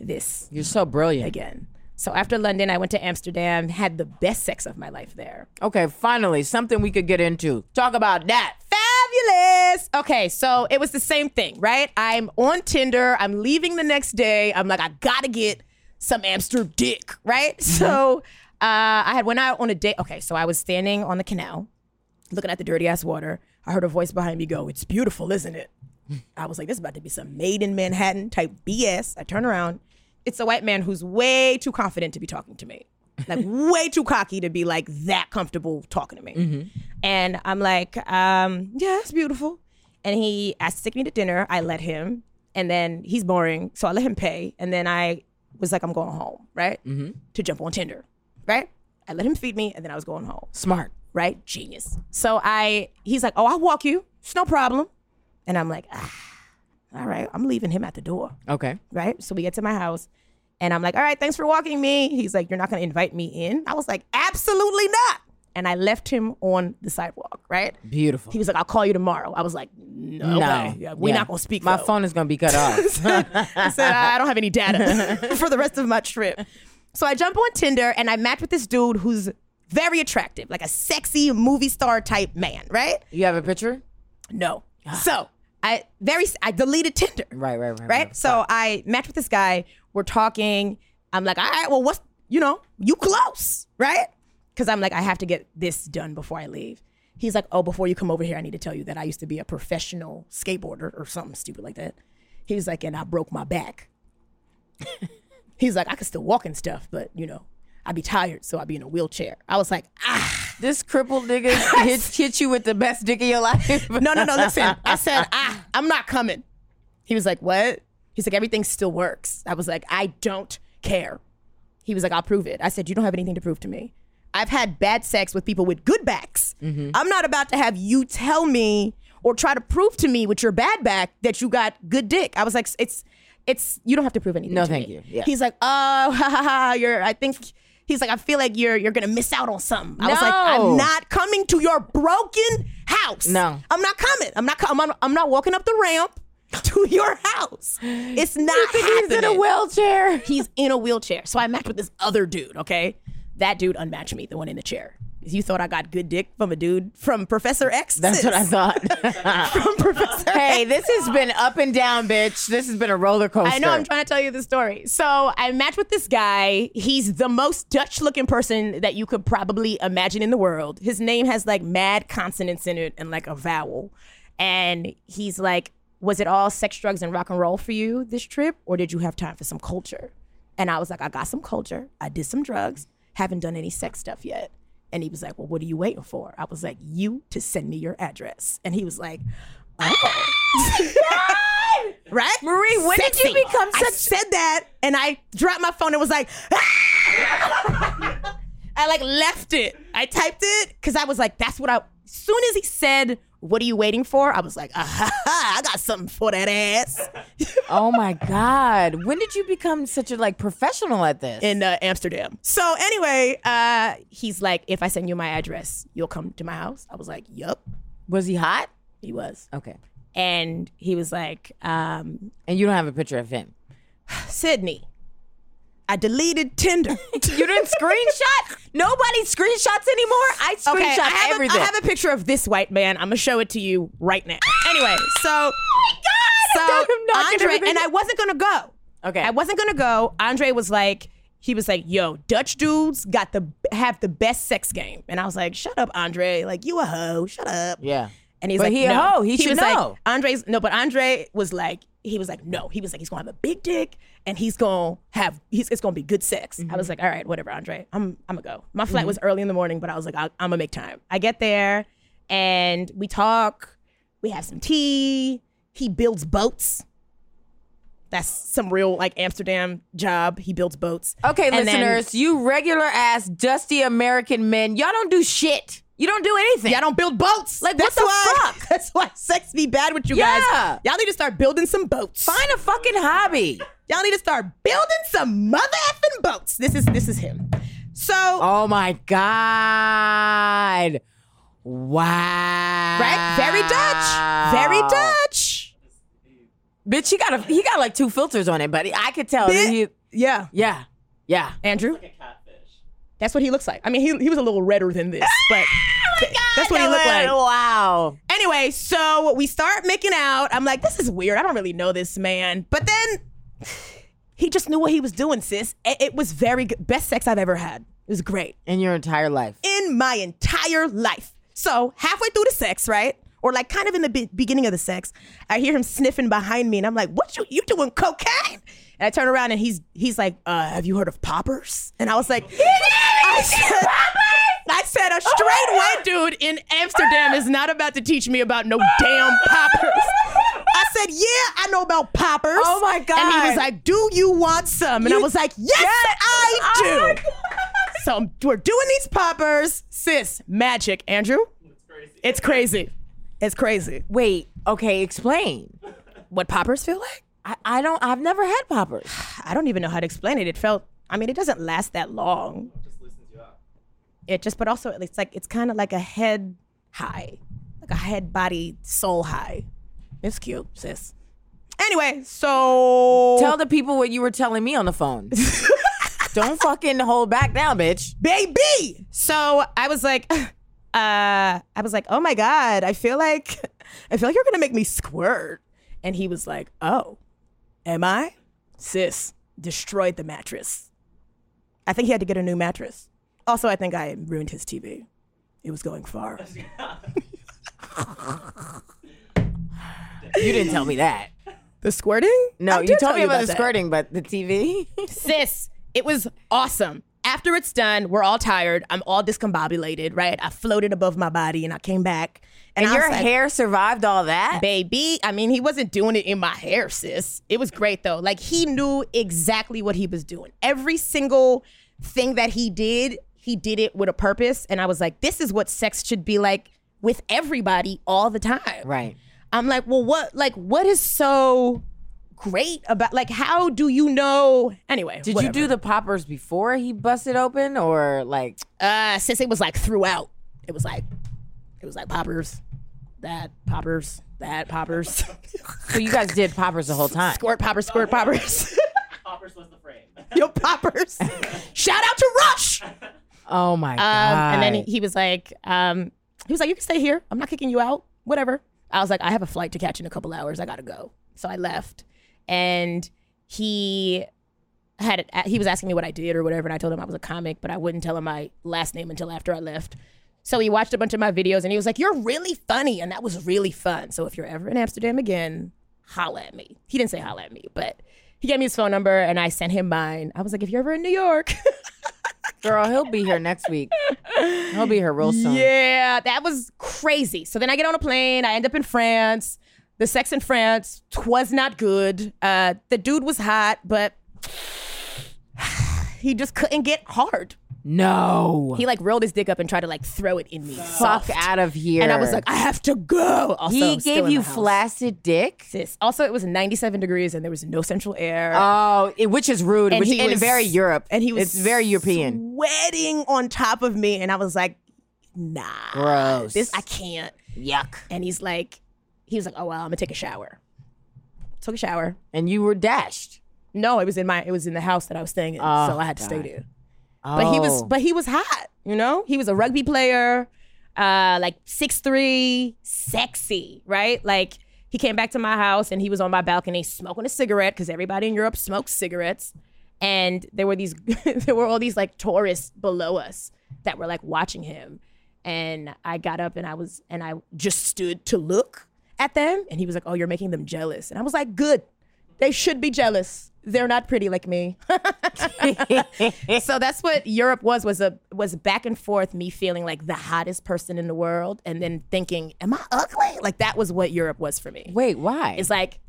[SPEAKER 3] this
[SPEAKER 2] you're so brilliant.
[SPEAKER 3] again. So after London, I went to Amsterdam, had the best sex of my life there.
[SPEAKER 2] Okay, finally something we could get into. Talk about that.
[SPEAKER 3] Fabulous. Okay, so it was the same thing, right? I'm on Tinder. I'm leaving the next day. I'm like, I gotta get some Amsterdam dick, right? So uh, I had went out on a date. Okay, so I was standing on the canal, looking at the dirty ass water. I heard a voice behind me go, "It's beautiful, isn't it?" I was like, "This is about to be some made in Manhattan type BS." I turn around. It's a white man who's way too confident to be talking to me. like way too cocky to be like that comfortable talking to me. And I'm like, um, yeah, it's beautiful. And he asked to take me to dinner. I let him, and then he's boring, so I let him pay. And then I was like, I'm going home, right? To jump on Tinder, right? I let him feed me, and then I was going home
[SPEAKER 2] Smart.
[SPEAKER 3] right? Genius. So I, he's like, oh, I'll walk you. It's no problem. And I'm like, ah, all right, I'm leaving him at the door,
[SPEAKER 2] Okay.
[SPEAKER 3] right? So we get to my house and I'm like, all right, thanks for walking me. He's like, you're not going to invite me in? I was like, absolutely not. And I left him on the sidewalk, right?
[SPEAKER 2] Beautiful.
[SPEAKER 3] He was like, I'll call you tomorrow. I was like, no,
[SPEAKER 2] no.
[SPEAKER 3] okay. Oh, Yeah, we're
[SPEAKER 2] Yeah.
[SPEAKER 3] not going to speak.
[SPEAKER 2] My
[SPEAKER 3] though."
[SPEAKER 2] phone is gonna be cut off.
[SPEAKER 3] I said, I don't have any data for the rest of my trip. So I jump on Tinder and I match with this dude who's very attractive, like a sexy movie star type man, right?
[SPEAKER 2] you have a picture?
[SPEAKER 3] No. so I very I deleted Tinder.
[SPEAKER 2] Right, right, right, right.
[SPEAKER 3] Right. So I match with this guy. We're talking. I'm like, all right, well, what's you know, you close, right? Because I'm like, I have to get this done before I leave. He's like, oh, before you come over here, I need to tell you that I used to be a professional skateboarder or something stupid like that. He's like, and I broke my back. He's like, I could still walk and stuff, but you know, I'd be tired, so I'd be in a wheelchair. I was like, ah.
[SPEAKER 2] This crippled nigga hits hit you with the best dick of your life.
[SPEAKER 3] No, no, no. Listen, I said, ah, I'm not coming. He was like, what? He's like, everything still works. I was like, I don't care. He was like, I'll prove it. I said, you don't have anything to prove to me. I've had bad sex with people with good backs.
[SPEAKER 2] Mm-hmm.
[SPEAKER 3] I'm not about to have you tell me or try to prove to me with your bad back that you got good dick. I was like, it's, it's, you don't have to prove anything.
[SPEAKER 2] No,
[SPEAKER 3] to
[SPEAKER 2] thank
[SPEAKER 3] me.
[SPEAKER 2] you. Yeah.
[SPEAKER 3] He's like, oh, ha, ha, ha, you're. I think he's like, I feel like you're, you're gonna miss out on something. I was like,
[SPEAKER 2] No.
[SPEAKER 3] I'm not coming to your broken house.
[SPEAKER 2] No.
[SPEAKER 3] I'm not coming. I'm not. co- I'm not, I'm not walking up the ramp to your house. It's not
[SPEAKER 2] You think he's
[SPEAKER 3] happening.
[SPEAKER 2] in a wheelchair.
[SPEAKER 3] He's in a wheelchair. So I matched with this other dude. Okay, that dude unmatched me, the one in the chair. You thought I got good dick from a dude from Professor X?
[SPEAKER 2] That's
[SPEAKER 3] Sis.
[SPEAKER 2] what I thought.
[SPEAKER 3] From Professor
[SPEAKER 2] hey, this has been up and down, bitch. This has been a roller coaster.
[SPEAKER 3] I know I'm trying to tell you the story. So I matched with this guy. He's the most Dutch looking person that you could probably imagine in the world. His name has like mad consonants in it and like a vowel. And he's like, Was it all sex, drugs, and rock and roll for you this trip? Or did you have time for some culture? And I was like, I got some culture. I did some drugs. Haven't done any sex stuff yet. And he was like, Well, what are you waiting for? I was like, You to send me your address. And he was like, Oh. right? Marie,
[SPEAKER 2] when did you become
[SPEAKER 3] I said that and I dropped my phone and was like, "Ah!" I like left it. I typed it because I was like, that's what I. As soon as he said, "What are you waiting for?" I was like, ah, ha, ha, I got something for that ass
[SPEAKER 2] Oh my god. When did you become such a like professional at this?
[SPEAKER 3] in uh, Amsterdam. So anyway, uh, he's like, if I send you my address, you'll come to my house. I was like, yup,
[SPEAKER 2] was he hot?
[SPEAKER 3] he was,
[SPEAKER 2] Okay.
[SPEAKER 3] and he was like, um,
[SPEAKER 2] And you don't have a picture of him.
[SPEAKER 3] Sydney, I deleted Tinder. you
[SPEAKER 2] didn't screenshot? Nobody screenshots anymore. I screenshot
[SPEAKER 3] Okay, I have,
[SPEAKER 2] everything.
[SPEAKER 3] A, I have a picture of this white man. I'm gonna show it to you right now. Anyway, so
[SPEAKER 2] Oh God, I'm
[SPEAKER 3] so
[SPEAKER 2] knocking
[SPEAKER 3] Andre
[SPEAKER 2] everything.
[SPEAKER 3] and I wasn't gonna go.
[SPEAKER 2] Okay.
[SPEAKER 3] I wasn't gonna go. Andre was like, he was like, "Yo, Dutch dudes got the have the best sex game," and I was like, "Shut up, Andre! Like you a hoe? Shut up!"
[SPEAKER 2] yeah.
[SPEAKER 3] And he's
[SPEAKER 2] But
[SPEAKER 3] like,
[SPEAKER 2] he a
[SPEAKER 3] no.
[SPEAKER 2] hoe. He should
[SPEAKER 3] was
[SPEAKER 2] know.
[SPEAKER 3] Like, Andre's no, but Andre was like, he was like, no. He was like, he's gonna have a big dick, and he's gonna have, he's it's gonna be good sex. I
[SPEAKER 2] Mm-hmm.
[SPEAKER 3] was like, all right, whatever, Andre. I'm, I'm gonna go. My flight was early in the morning, but I was like, I, I'm gonna make time. I get there, and we talk. We have some tea. He builds boats. That's some real like Amsterdam job. He builds boats.
[SPEAKER 2] Okay,
[SPEAKER 3] And then-
[SPEAKER 2] listeners, you regular ass dusty American men, y'all don't do shit. You don't do anything.
[SPEAKER 3] Y'all don't build boats.
[SPEAKER 2] Like,
[SPEAKER 3] that's
[SPEAKER 2] what the
[SPEAKER 3] why,
[SPEAKER 2] fuck?
[SPEAKER 3] That's why sex be bad with you
[SPEAKER 2] Yeah.
[SPEAKER 3] guys. Y'all need to start building some boats.
[SPEAKER 2] find a fucking hobby.
[SPEAKER 3] Y'all need to start building some mother effing boats. This is this is him. So
[SPEAKER 2] Oh my god. Wow.
[SPEAKER 3] right,
[SPEAKER 2] Right?
[SPEAKER 3] very Dutch, very Dutch.
[SPEAKER 2] Bitch, he got a he got like two filters on it, buddy. I could tell. that he-
[SPEAKER 3] Yeah,
[SPEAKER 2] yeah. Yeah.
[SPEAKER 3] Andrew. That's what he looks like. I mean, he he was a little redder than this, but that's what he looked like.
[SPEAKER 2] Wow.
[SPEAKER 3] Anyway, so we start making out. I'm like, this is weird. I don't really know this man. But then he just knew what he was doing, sis. It, it was very good. Best sex I've ever had. It was great.
[SPEAKER 2] In your entire life.
[SPEAKER 3] in my entire life. So halfway through the sex, right? or like kind of in the be- beginning of the sex, I hear him sniffing behind me, and I'm like, "What you you doing cocaine?" And I turn around and he's he's like, uh, "Have you heard of poppers?" And I was like, I said, I said a straight white dude in Amsterdam is not about to teach me about no damn poppers. I said, yeah, I know about poppers.
[SPEAKER 2] Oh my God.
[SPEAKER 3] And he was like, do you want some? And I was like, yes, I do. so I'm- we're doing these poppers, sis. Magic, Andrew. It's crazy. It's crazy.
[SPEAKER 2] Wait, okay, explain.
[SPEAKER 3] What poppers feel like?
[SPEAKER 2] I, I don't. I've never had poppers.
[SPEAKER 3] I don't even know how to explain it. It felt. I mean, it doesn't last that long. It just, but also it's like it's kind of like a head high, like a head body soul high. It's cute, sis. Anyway, so
[SPEAKER 2] Tell the people what you were telling me on the phone. don't fucking hold back now, bitch.
[SPEAKER 3] baby. So I was like, uh, I was like, oh my god, I feel like, I feel like you're gonna make me squirt. And he was like, oh, am I? Sis destroyed the mattress. I think he had to get a new mattress. Also, I think I ruined his TV. It was going far.
[SPEAKER 2] You didn't tell me that.
[SPEAKER 3] The squirting?
[SPEAKER 2] No,
[SPEAKER 3] I
[SPEAKER 2] you
[SPEAKER 3] did
[SPEAKER 2] told
[SPEAKER 3] tell
[SPEAKER 2] me about, the
[SPEAKER 3] that.
[SPEAKER 2] squirting, but the TV.
[SPEAKER 3] sis, it was awesome. After it's done, we're all tired. I'm all discombobulated, right? I floated above my body and I came back.
[SPEAKER 2] and
[SPEAKER 3] I
[SPEAKER 2] your
[SPEAKER 3] was like,
[SPEAKER 2] hair survived all that.
[SPEAKER 3] baby. I mean, he wasn't doing it in my hair, sis. It was great though. Like he knew exactly what he was doing. Every single thing that he did, he did it with a purpose. And I was like, this is what sex should be like with everybody all the time.
[SPEAKER 2] Right.
[SPEAKER 3] I'm like, well, what like what is so great about like how do you know anyway
[SPEAKER 2] Did
[SPEAKER 3] whatever.
[SPEAKER 2] you do the poppers before he busted open, or like?
[SPEAKER 3] uh since it was like throughout it was like it was like poppers that poppers that poppers
[SPEAKER 2] So you guys did poppers the whole time.
[SPEAKER 3] Squirt poppers, squirt poppers. poppers was the frame. Yo, poppers. Shout out to Rush. Um,
[SPEAKER 2] Oh my god.
[SPEAKER 3] and then he, he was like, um, he was like, you can stay here. I'm not kicking you out. Whatever. I was like, I have a flight to catch in a couple hours. I gotta go. So I left, and he had he was asking me what I did or whatever, and I told him I was a comic, but I wouldn't tell him my last name until after I left. So he watched a bunch of my videos and he was like, "You're really funny," and that was really fun. So if you're ever in Amsterdam again, holla at me. He didn't say holla at me, but he gave me his phone number and I sent him mine. I was like, "If you're ever in New York."
[SPEAKER 2] Girl, he'll be here next week. He'll be here real soon.
[SPEAKER 3] Yeah, that was crazy. So then I get on a plane. I end up in France. The sex in France was not good. Uh, the dude was hot, but he just couldn't get hard.
[SPEAKER 2] No.
[SPEAKER 3] He like rolled his dick up and tried to like throw it in me.
[SPEAKER 2] Fuck
[SPEAKER 3] Soft.
[SPEAKER 2] out of here.
[SPEAKER 3] And I was like, I have to go. Also,
[SPEAKER 2] he
[SPEAKER 3] I'm still
[SPEAKER 2] gave
[SPEAKER 3] in
[SPEAKER 2] you
[SPEAKER 3] the house.
[SPEAKER 2] flaccid dick.
[SPEAKER 3] Sis. Also, it was 97 degrees and there was no central air.
[SPEAKER 2] Oh, it- which is rude.
[SPEAKER 3] and
[SPEAKER 2] which
[SPEAKER 3] he
[SPEAKER 2] and
[SPEAKER 3] was-
[SPEAKER 2] very Europe.
[SPEAKER 3] And he was
[SPEAKER 2] it's very European.
[SPEAKER 3] sweating on top of me, and I was like, Nah,
[SPEAKER 2] Gross.
[SPEAKER 3] this I can't.
[SPEAKER 2] Yuck.
[SPEAKER 3] And he's like, he was like, oh well, I'm gonna take a shower. Took a shower.
[SPEAKER 2] And you were dashed.
[SPEAKER 3] No, it was in my, it was in the house that I was staying in,
[SPEAKER 2] Oh,
[SPEAKER 3] so I had to stay
[SPEAKER 2] God.
[SPEAKER 3] there. But he was,
[SPEAKER 2] Oh.
[SPEAKER 3] but he was hot. You know, he was a rugby player, uh, like six three, sexy, right? Like he came back to my house and he was on my balcony smoking a cigarette because everybody in Europe smokes cigarettes. And there were these, there were all these like tourists below us that were like watching him. And I got up and I was, and I just stood to look at them. And he was like, "Oh, you're making them jealous." And I was like, "Good, they should be jealous. They're not pretty like me." so that's what Europe was was a was back and forth me feeling like the hottest person in the world and then thinking am I ugly like that was what Europe was for me
[SPEAKER 2] Wait, why?
[SPEAKER 3] it's like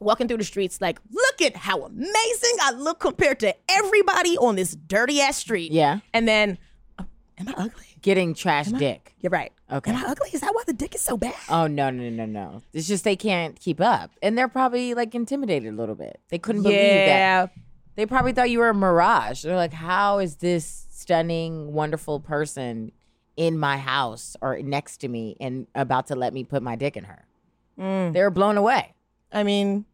[SPEAKER 3] walking through the streets like look at how amazing I look compared to everybody on this dirty ass street
[SPEAKER 2] Yeah.
[SPEAKER 3] and then oh, am I ugly
[SPEAKER 2] getting trash dick.
[SPEAKER 3] you're right
[SPEAKER 2] Okay.
[SPEAKER 3] am I ugly is that why the dick is so bad
[SPEAKER 2] Oh no, no, no, no. It's just they can't keep up. And they're probably like intimidated a little bit. They couldn't believe that. They probably thought you were a mirage. They're like, how is this stunning, wonderful person in my house or next to me and about to let me put my dick in her? They were blown away.
[SPEAKER 3] I mean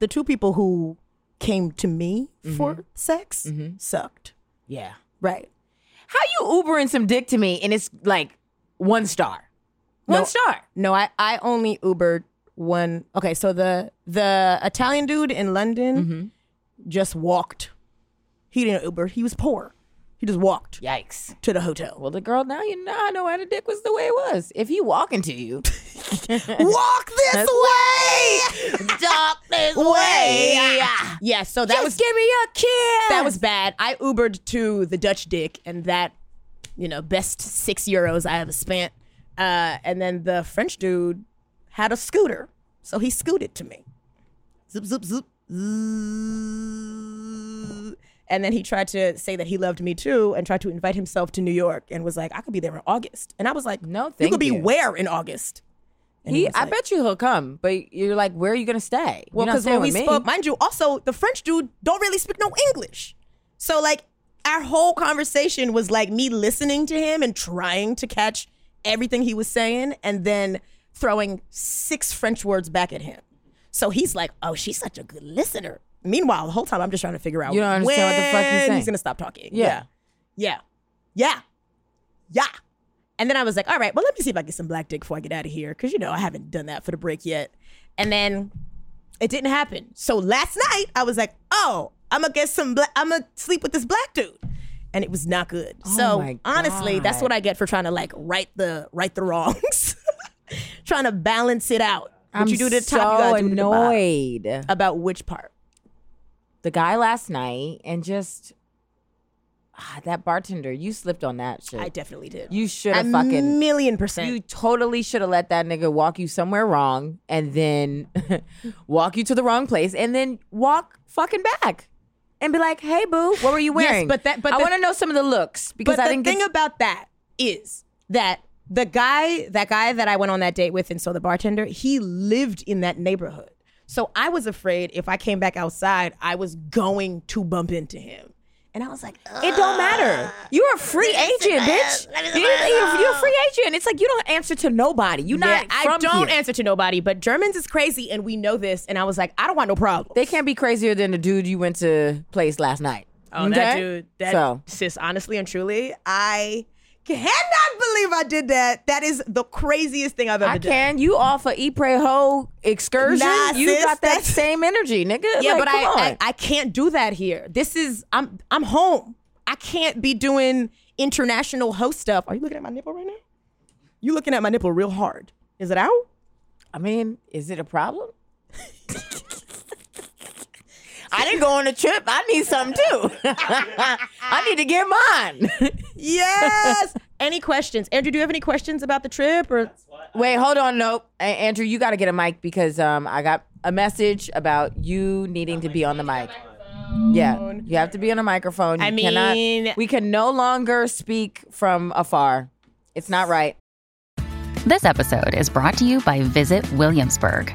[SPEAKER 3] the two people who came to me
[SPEAKER 2] Mm-hmm.
[SPEAKER 3] for sex sucked
[SPEAKER 2] Yeah.
[SPEAKER 3] right
[SPEAKER 2] How you Ubering some dick to me and it's like one star? One
[SPEAKER 3] No.
[SPEAKER 2] star.
[SPEAKER 3] No, I I only Ubered one. Okay, so the the Italian dude in London just walked. He didn't Uber. He was poor. He just walked
[SPEAKER 2] Yikes.
[SPEAKER 3] to the hotel.
[SPEAKER 2] Well, the girl now you know I know how the dick was the way it was. If he walking to you,
[SPEAKER 3] Walk this way.
[SPEAKER 2] dark this
[SPEAKER 3] Yeah. Yeah. So that
[SPEAKER 2] That
[SPEAKER 3] was
[SPEAKER 2] was give me a kiss.
[SPEAKER 3] that was bad. I Ubered to the Dutch Dick, and that, you know, best six euros I ever spent. Uh, and then the French dude had a scooter, so he scooted to me. Zip, zip, zip. Zzz. And then he tried to say that he loved me too, and tried to invite himself to New York, and was like, "I could be there in August." And I was like,
[SPEAKER 2] No,
[SPEAKER 3] you
[SPEAKER 2] thank
[SPEAKER 3] could be
[SPEAKER 2] you."
[SPEAKER 3] where in August?" And
[SPEAKER 2] He,
[SPEAKER 3] was
[SPEAKER 2] I
[SPEAKER 3] like-
[SPEAKER 2] bet you he'll come, but you're like, where are you gonna stay?
[SPEAKER 3] well,
[SPEAKER 2] because
[SPEAKER 3] because when we spoke, mind you, also the French dude don't really speak no English. So like our whole conversation was like me listening to him and trying to catch everything he was saying and then throwing six French words back at him. So he's like, "Oh, she's such a good listener." Meanwhile, the whole time I'm just trying to figure out
[SPEAKER 2] You don't understand what the fuck he's
[SPEAKER 3] when
[SPEAKER 2] saying.
[SPEAKER 3] he's gonna stop talking.
[SPEAKER 2] yeah.
[SPEAKER 3] Yeah. Yeah. Yeah. And then I was like, all right, well, let me see if I get some black dick before I get out of here. Cause you know, I haven't done that for the break yet. And then it didn't happen. So last night I was like, oh, I'm gonna get some black, I'm gonna sleep with this black dude. And it was not good. so
[SPEAKER 2] Oh my
[SPEAKER 3] honestly, that's what I get for trying to like right the right the wrongs. trying to balance it out. What
[SPEAKER 2] I'm
[SPEAKER 3] you do to the
[SPEAKER 2] so
[SPEAKER 3] top, you gotta do to the bottom.
[SPEAKER 2] annoyed.
[SPEAKER 3] About which part?
[SPEAKER 2] the guy last night and just ah, that bartender. You slipped on that shit.
[SPEAKER 3] I definitely did.
[SPEAKER 2] You should
[SPEAKER 3] a
[SPEAKER 2] have fucking.
[SPEAKER 3] million percent.
[SPEAKER 2] You totally should have let that nigga walk you somewhere wrong and then walk you to the wrong place and then walk fucking back and be like, "Hey, boo, what were you
[SPEAKER 3] Yes,
[SPEAKER 2] wearing?"
[SPEAKER 3] but that- but
[SPEAKER 2] I
[SPEAKER 3] the-
[SPEAKER 2] want to know some of the looks because
[SPEAKER 3] but
[SPEAKER 2] I
[SPEAKER 3] the
[SPEAKER 2] didn't
[SPEAKER 3] thing
[SPEAKER 2] get.
[SPEAKER 3] about that is that the guy, that guy that I went on that date with, and so the bartender, he lived in that neighborhood. So I was afraid if I came back outside, I was going to bump into him. And I was like,
[SPEAKER 2] it don't matter. You're a free agent, bitch. You're, you're- you're a free agent. It's like you don't answer to nobody. You're not.
[SPEAKER 3] I
[SPEAKER 2] from
[SPEAKER 3] don't
[SPEAKER 2] here.
[SPEAKER 3] answer to nobody, but Germans is crazy, and we know this. And I was like, I don't want no problem.
[SPEAKER 2] They can't be crazier than the dude you went to place last night.
[SPEAKER 3] Oh, that
[SPEAKER 2] Okay?
[SPEAKER 3] dude. That
[SPEAKER 2] so
[SPEAKER 3] sis, honestly and truly, I cannot believe I did that. That is the craziest thing I've ever
[SPEAKER 2] I
[SPEAKER 3] done.
[SPEAKER 2] can. You off a E Pray Ho excursion.
[SPEAKER 3] Nah,
[SPEAKER 2] you
[SPEAKER 3] sis,
[SPEAKER 2] got that
[SPEAKER 3] that's-
[SPEAKER 2] same energy, nigga.
[SPEAKER 3] Yeah,
[SPEAKER 2] Like,
[SPEAKER 3] but I,
[SPEAKER 2] come
[SPEAKER 3] I
[SPEAKER 2] on.
[SPEAKER 3] I can't do that here. This is I'm I'm home. I can't be doing international host stuff. Are you looking at my nipple right now? You looking at my nipple real hard. Is it out?
[SPEAKER 2] I mean, is it a problem? I didn't go on a trip. I need something too. I need to get mine.
[SPEAKER 3] Yes. any questions? Andrew, do you have any questions about the trip or
[SPEAKER 2] Wait, hold on. Nope. A- Andrew, you got to get a mic because um, I got a message about you needing to be on the mic. Yeah, you have to be on a microphone. You
[SPEAKER 3] I mean-
[SPEAKER 2] cannot, we can no longer speak from afar. It's not right.
[SPEAKER 4] This episode is brought to you by Visit Williamsburg.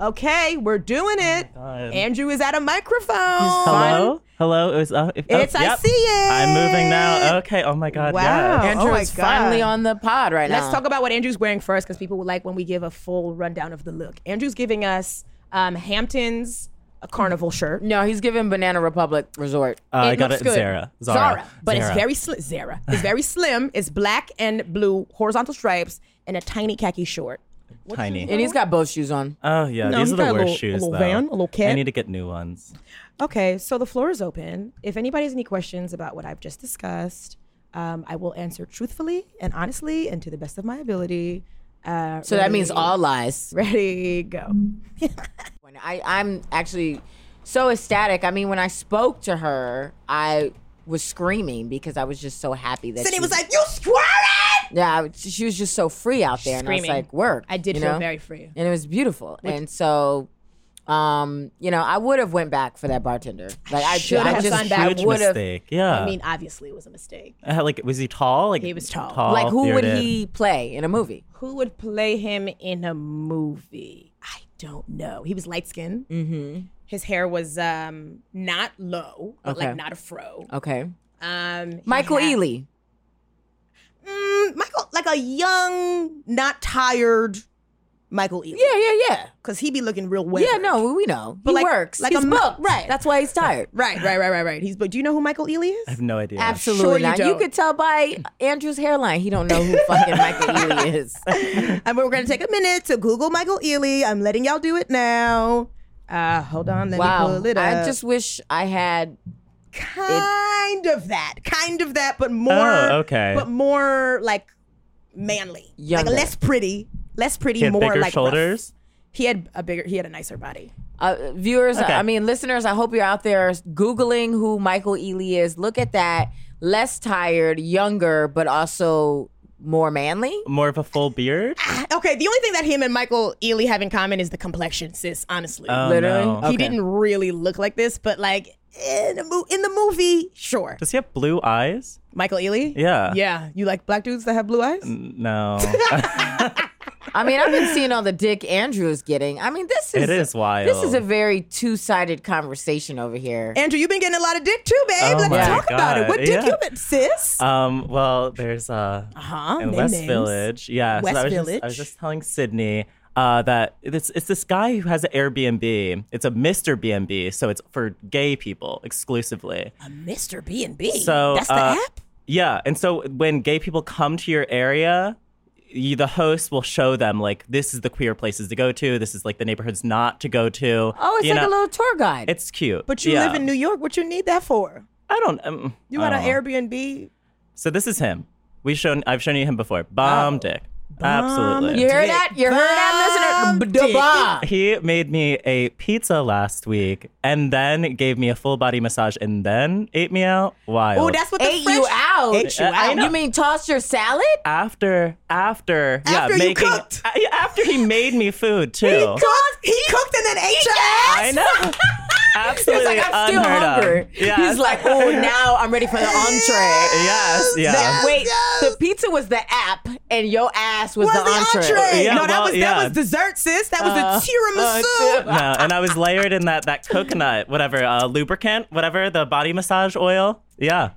[SPEAKER 3] Okay, we're doing it. Andrew is at a microphone.
[SPEAKER 5] Hello? Hello? It was, oh, if- oh,
[SPEAKER 3] It's I
[SPEAKER 5] yep.
[SPEAKER 3] see it.
[SPEAKER 5] I'm moving now. Okay. Oh my God.
[SPEAKER 3] Wow.
[SPEAKER 5] yes.
[SPEAKER 3] Oh
[SPEAKER 2] Andrew
[SPEAKER 3] my
[SPEAKER 2] is finally
[SPEAKER 3] God.
[SPEAKER 2] on the pod right
[SPEAKER 3] Let's
[SPEAKER 2] now.
[SPEAKER 3] talk about what Andrew's wearing first because people would like when we give a full rundown of the look. Andrew's giving us um, Hampton's a carnival shirt.
[SPEAKER 2] No, he's giving Banana Republic Resort.
[SPEAKER 5] Uh, I
[SPEAKER 3] It
[SPEAKER 5] got
[SPEAKER 3] looks
[SPEAKER 5] it.
[SPEAKER 3] good.
[SPEAKER 5] Zara. Zara.
[SPEAKER 3] But it's
[SPEAKER 5] Zara.
[SPEAKER 3] very slim. Zara. It's very slim. It's black and blue, horizontal stripes, and a tiny khaki short.
[SPEAKER 5] tiny.
[SPEAKER 2] And he's got both shoes on.
[SPEAKER 5] Oh yeah.
[SPEAKER 3] No,
[SPEAKER 5] These
[SPEAKER 3] he
[SPEAKER 5] are the
[SPEAKER 3] got a
[SPEAKER 5] worst
[SPEAKER 3] little- a
[SPEAKER 5] shoes
[SPEAKER 3] little
[SPEAKER 5] though.
[SPEAKER 3] van, a little
[SPEAKER 5] I
[SPEAKER 3] cat.
[SPEAKER 5] need to get new ones.
[SPEAKER 3] Okay, so the floor is open. If anybody has any questions about what I've just discussed, um, I will answer truthfully and honestly and to the best of my ability. Uh,
[SPEAKER 2] So that
[SPEAKER 3] ready-
[SPEAKER 2] means all lies.
[SPEAKER 3] ready go.
[SPEAKER 2] When I, I'm actually so ecstatic. I mean, when I spoke to her, I was screaming because I was just so happy that
[SPEAKER 3] And
[SPEAKER 2] she
[SPEAKER 3] he was like, "You swearing?"
[SPEAKER 2] Yeah, I was- she was just so free out there, and
[SPEAKER 3] Screaming.
[SPEAKER 2] I was like, "Work."
[SPEAKER 3] I did
[SPEAKER 2] you
[SPEAKER 3] feel
[SPEAKER 2] know?
[SPEAKER 3] very free.
[SPEAKER 2] and it was beautiful. and so, um, you know, I would have went back for that bartender. Like I
[SPEAKER 3] Should
[SPEAKER 2] ju- I
[SPEAKER 3] have
[SPEAKER 2] just,
[SPEAKER 3] gone back.
[SPEAKER 2] I
[SPEAKER 5] Huge
[SPEAKER 2] would have.
[SPEAKER 5] mistake. Yeah.
[SPEAKER 3] I mean, obviously it was a mistake.
[SPEAKER 5] Uh, like, was he tall? Like
[SPEAKER 3] He was tall.
[SPEAKER 2] Like, who
[SPEAKER 5] there
[SPEAKER 2] would
[SPEAKER 5] Oh, it is.
[SPEAKER 2] he play in a movie?
[SPEAKER 3] Who would play him in a movie? I don't know. He was light skinned.
[SPEAKER 2] Mm-hmm.
[SPEAKER 3] His hair was um not low, but
[SPEAKER 2] Okay.
[SPEAKER 3] like not a fro.
[SPEAKER 2] Okay.
[SPEAKER 3] Um, he
[SPEAKER 2] Michael
[SPEAKER 3] had-
[SPEAKER 2] Ealy.
[SPEAKER 3] Mm, Michael, like a young, not tired Michael Ealy.
[SPEAKER 2] Yeah, yeah, yeah.
[SPEAKER 3] because he be looking real well.
[SPEAKER 2] Yeah, no, we- we know.
[SPEAKER 3] But
[SPEAKER 2] he
[SPEAKER 3] like-
[SPEAKER 2] works.
[SPEAKER 3] like
[SPEAKER 2] He's
[SPEAKER 3] a mo-
[SPEAKER 2] booked.
[SPEAKER 3] right.
[SPEAKER 2] That's why he's tired.
[SPEAKER 3] Right, right, right, right, right. He's but do you know who Michael Ealy
[SPEAKER 5] I
[SPEAKER 3] is?
[SPEAKER 5] have no idea.
[SPEAKER 2] Absolutely.
[SPEAKER 3] Sure you
[SPEAKER 2] not. you
[SPEAKER 3] don't.
[SPEAKER 2] could tell by Andrew's hairline, he don't know who fucking Michael Ealy is.
[SPEAKER 3] and we're gonna take a minute to Google Michael Ealy. I'm letting y'all do it now. Uh, hold on, let me
[SPEAKER 2] Wow.
[SPEAKER 3] pull it up.
[SPEAKER 2] I just wish I had
[SPEAKER 3] kind of that, kind of that, but more.
[SPEAKER 5] Oh, okay.
[SPEAKER 3] But more like manly,
[SPEAKER 2] Younger.
[SPEAKER 3] like less pretty, less pretty,
[SPEAKER 5] He had
[SPEAKER 3] more
[SPEAKER 5] bigger
[SPEAKER 3] like rough.
[SPEAKER 5] shoulders.
[SPEAKER 3] He had a bigger, he had a nicer body.
[SPEAKER 2] Uh, viewers, I mean, listeners, I hope you're out there Googling who Michael Ealy is. Look at that. Less tired, younger, but also more manly.
[SPEAKER 5] More of a full beard.
[SPEAKER 3] Okay, the only thing that him and Michael Ealy have in common is the complexion, sis. Honestly,
[SPEAKER 5] Oh,
[SPEAKER 2] Literally.
[SPEAKER 5] no.
[SPEAKER 3] he didn't really look like this, but like in the mo- in the movie, sure.
[SPEAKER 5] Does he have blue eyes?
[SPEAKER 3] Michael Ealy.
[SPEAKER 5] Yeah. Mm.
[SPEAKER 3] Yeah, you like black dudes that have blue eyes?
[SPEAKER 5] No.
[SPEAKER 2] I mean, I've been seeing all the dick Andrew is getting. I mean, this is
[SPEAKER 5] It is wild.
[SPEAKER 2] This is a very two sided conversation over here.
[SPEAKER 3] Andrew, you've been getting a lot of dick too, babe.
[SPEAKER 5] Oh
[SPEAKER 3] Let's
[SPEAKER 5] my
[SPEAKER 3] talk about it.
[SPEAKER 5] God,
[SPEAKER 3] What dick
[SPEAKER 5] yeah.
[SPEAKER 3] you been, sis?
[SPEAKER 5] um. Well, there's uh.
[SPEAKER 3] Uh-huh,
[SPEAKER 5] In
[SPEAKER 3] name
[SPEAKER 5] West
[SPEAKER 3] names.
[SPEAKER 5] Village. Yeah.
[SPEAKER 3] West
[SPEAKER 5] I was
[SPEAKER 3] Village.
[SPEAKER 5] Just, I was just telling Sydney. Uh, that it's, it's this guy who has an Airbnb. It's a Mr. BNB, so it's for gay people exclusively.
[SPEAKER 3] A Mr. B and B.
[SPEAKER 5] So
[SPEAKER 3] that's the
[SPEAKER 5] uh,
[SPEAKER 3] app.
[SPEAKER 5] Yeah, and so when gay people come to your area, you, the host will show them like this is the queer places to go to. This is like the neighborhoods not to go to.
[SPEAKER 2] Oh, it's
[SPEAKER 5] you
[SPEAKER 2] like
[SPEAKER 5] know?
[SPEAKER 2] a little tour guide.
[SPEAKER 5] It's cute,
[SPEAKER 3] But you
[SPEAKER 5] Yeah.
[SPEAKER 3] live in New York. What you need that for?
[SPEAKER 5] I don't. Um,
[SPEAKER 3] You
[SPEAKER 5] I
[SPEAKER 3] got an
[SPEAKER 5] don't know.
[SPEAKER 3] Airbnb.
[SPEAKER 5] So this is him. We shown. I've shown you him before.
[SPEAKER 3] Oh.
[SPEAKER 5] Bomb dick. Absolutely.
[SPEAKER 2] you hear that? You heard that, listener? Ba-da-ba.
[SPEAKER 5] He made me a pizza last week, and then gave me a full body massage, and then ate me out. Wild.
[SPEAKER 3] Oh, that's what the
[SPEAKER 2] Ate
[SPEAKER 3] French
[SPEAKER 2] you out.
[SPEAKER 3] Ate you
[SPEAKER 5] Uh, I
[SPEAKER 3] out.
[SPEAKER 5] know.
[SPEAKER 2] You mean toss your salad?
[SPEAKER 5] after after
[SPEAKER 3] After
[SPEAKER 5] yeah
[SPEAKER 3] you
[SPEAKER 5] making
[SPEAKER 3] cooked.
[SPEAKER 5] a- after he made me food too.
[SPEAKER 3] He cooked. He cooked and then ate your ass.
[SPEAKER 5] I know. Absolutely
[SPEAKER 2] Like, I'm still
[SPEAKER 5] unheard
[SPEAKER 2] hungry.
[SPEAKER 5] of. Yeah.
[SPEAKER 2] He's like, oh, now I'm ready for the entree.
[SPEAKER 5] yes, yeah.
[SPEAKER 2] Wait, the pizza was the app, and your ass was,
[SPEAKER 3] was the entree.
[SPEAKER 5] Yeah,
[SPEAKER 3] no, that
[SPEAKER 5] well,
[SPEAKER 3] was
[SPEAKER 5] yeah.
[SPEAKER 3] that was dessert, sis. That was a tiramisu.
[SPEAKER 5] No, and I was layered in that that coconut, whatever, uh, lubricant, whatever, the body massage oil. Yeah, Oh,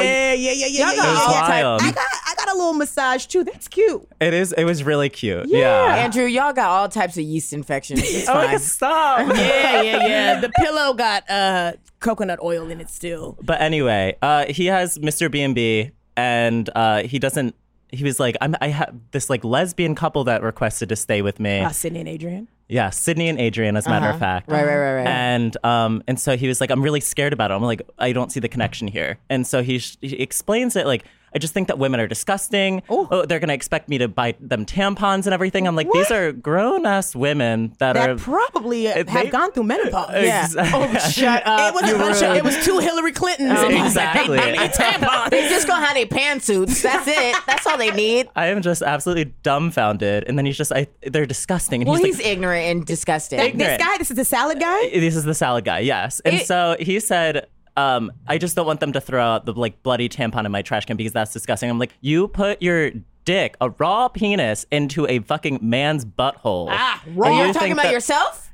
[SPEAKER 3] yeah, yeah, yeah, yeah, yeah,
[SPEAKER 5] It was
[SPEAKER 3] yeah.
[SPEAKER 5] wild.
[SPEAKER 3] I got I got a little massage too. That's cute.
[SPEAKER 5] It is. It was really cute. Yeah.
[SPEAKER 2] Andrew, y'all got all types of yeast infections. It's
[SPEAKER 5] oh,
[SPEAKER 2] fine.
[SPEAKER 5] stop.
[SPEAKER 3] Yeah, yeah, yeah. The pillow got uh coconut oil in it still.
[SPEAKER 5] But anyway, uh, he has Mr. B and B, and uh, he doesn't. He was like, I'm, I have this like lesbian couple that requested to stay with me.
[SPEAKER 3] Uh, Sydney and Adrian.
[SPEAKER 5] Yeah, Sydney and Adrian, as a matter of fact.
[SPEAKER 2] Uh-huh. Right, right, right, right.
[SPEAKER 5] And um, and so he was like, I'm really scared about it. I'm like, I don't see the connection here. And so he, sh- he explains it like, I just think that women are disgusting. Oh, they're gonna expect me to buy them tampons and everything. I'm like, these are grown ass women that, are.
[SPEAKER 3] That probably uh,
[SPEAKER 5] It-
[SPEAKER 3] have
[SPEAKER 5] they-
[SPEAKER 3] gone through menopause.
[SPEAKER 5] Ex-
[SPEAKER 2] Oh, Shut
[SPEAKER 3] It
[SPEAKER 2] up.
[SPEAKER 3] was a bunch of, it was two Hillary Clintons. and he's like,
[SPEAKER 5] Exactly.
[SPEAKER 3] "They need tampons."
[SPEAKER 2] They just gonna have their pantsuits. That's it. That's all they need.
[SPEAKER 5] I am just absolutely dumbfounded. And then he's just, I, they're disgusting. And
[SPEAKER 2] Well,
[SPEAKER 5] he's
[SPEAKER 2] he's
[SPEAKER 5] like,
[SPEAKER 2] ignorant and disgusting.
[SPEAKER 3] This
[SPEAKER 5] ignorant.
[SPEAKER 3] guy, this is the salad guy.
[SPEAKER 5] this is the salad guy yes and
[SPEAKER 2] It-
[SPEAKER 5] so he said um, I just don't want them to throw out the like bloody tampon in my trash can because that's disgusting. I'm like, you put your dick, a raw penis, into a fucking man's butthole. Ah,
[SPEAKER 2] Are you talking about yourself?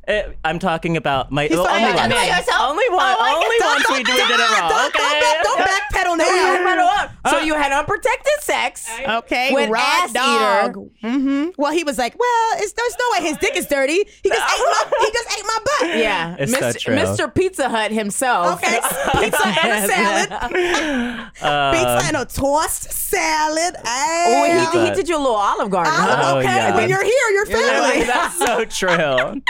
[SPEAKER 5] I'm talking about my well,
[SPEAKER 3] talking
[SPEAKER 5] only
[SPEAKER 3] about
[SPEAKER 5] one.
[SPEAKER 3] the man.
[SPEAKER 5] Only one. only
[SPEAKER 3] Don't-
[SPEAKER 5] one
[SPEAKER 3] don't-
[SPEAKER 5] we do it in a raw.
[SPEAKER 3] Don't,
[SPEAKER 5] okay.
[SPEAKER 3] don't, back- don't backpedal now. Oh,
[SPEAKER 2] So you had unprotected sex.
[SPEAKER 3] Okay,
[SPEAKER 2] With
[SPEAKER 3] raw
[SPEAKER 2] ass
[SPEAKER 3] dog. hmm Well, he was like, "Well, it's, there's no way his dick is dirty. He just ate my, he just ate my butt."
[SPEAKER 2] Yeah.
[SPEAKER 5] It's
[SPEAKER 2] Mr.
[SPEAKER 5] so true.
[SPEAKER 2] Mr. Pizza Hut himself.
[SPEAKER 3] Okay, pizza and a salad. pizza and a tossed salad.
[SPEAKER 2] Um, Oh,
[SPEAKER 3] Ay.
[SPEAKER 2] he, he did you a little Olive Garden. huh?
[SPEAKER 3] I'm
[SPEAKER 5] Oh,
[SPEAKER 3] okay.
[SPEAKER 5] yeah.
[SPEAKER 3] When you're here, you're family.
[SPEAKER 5] That's so true.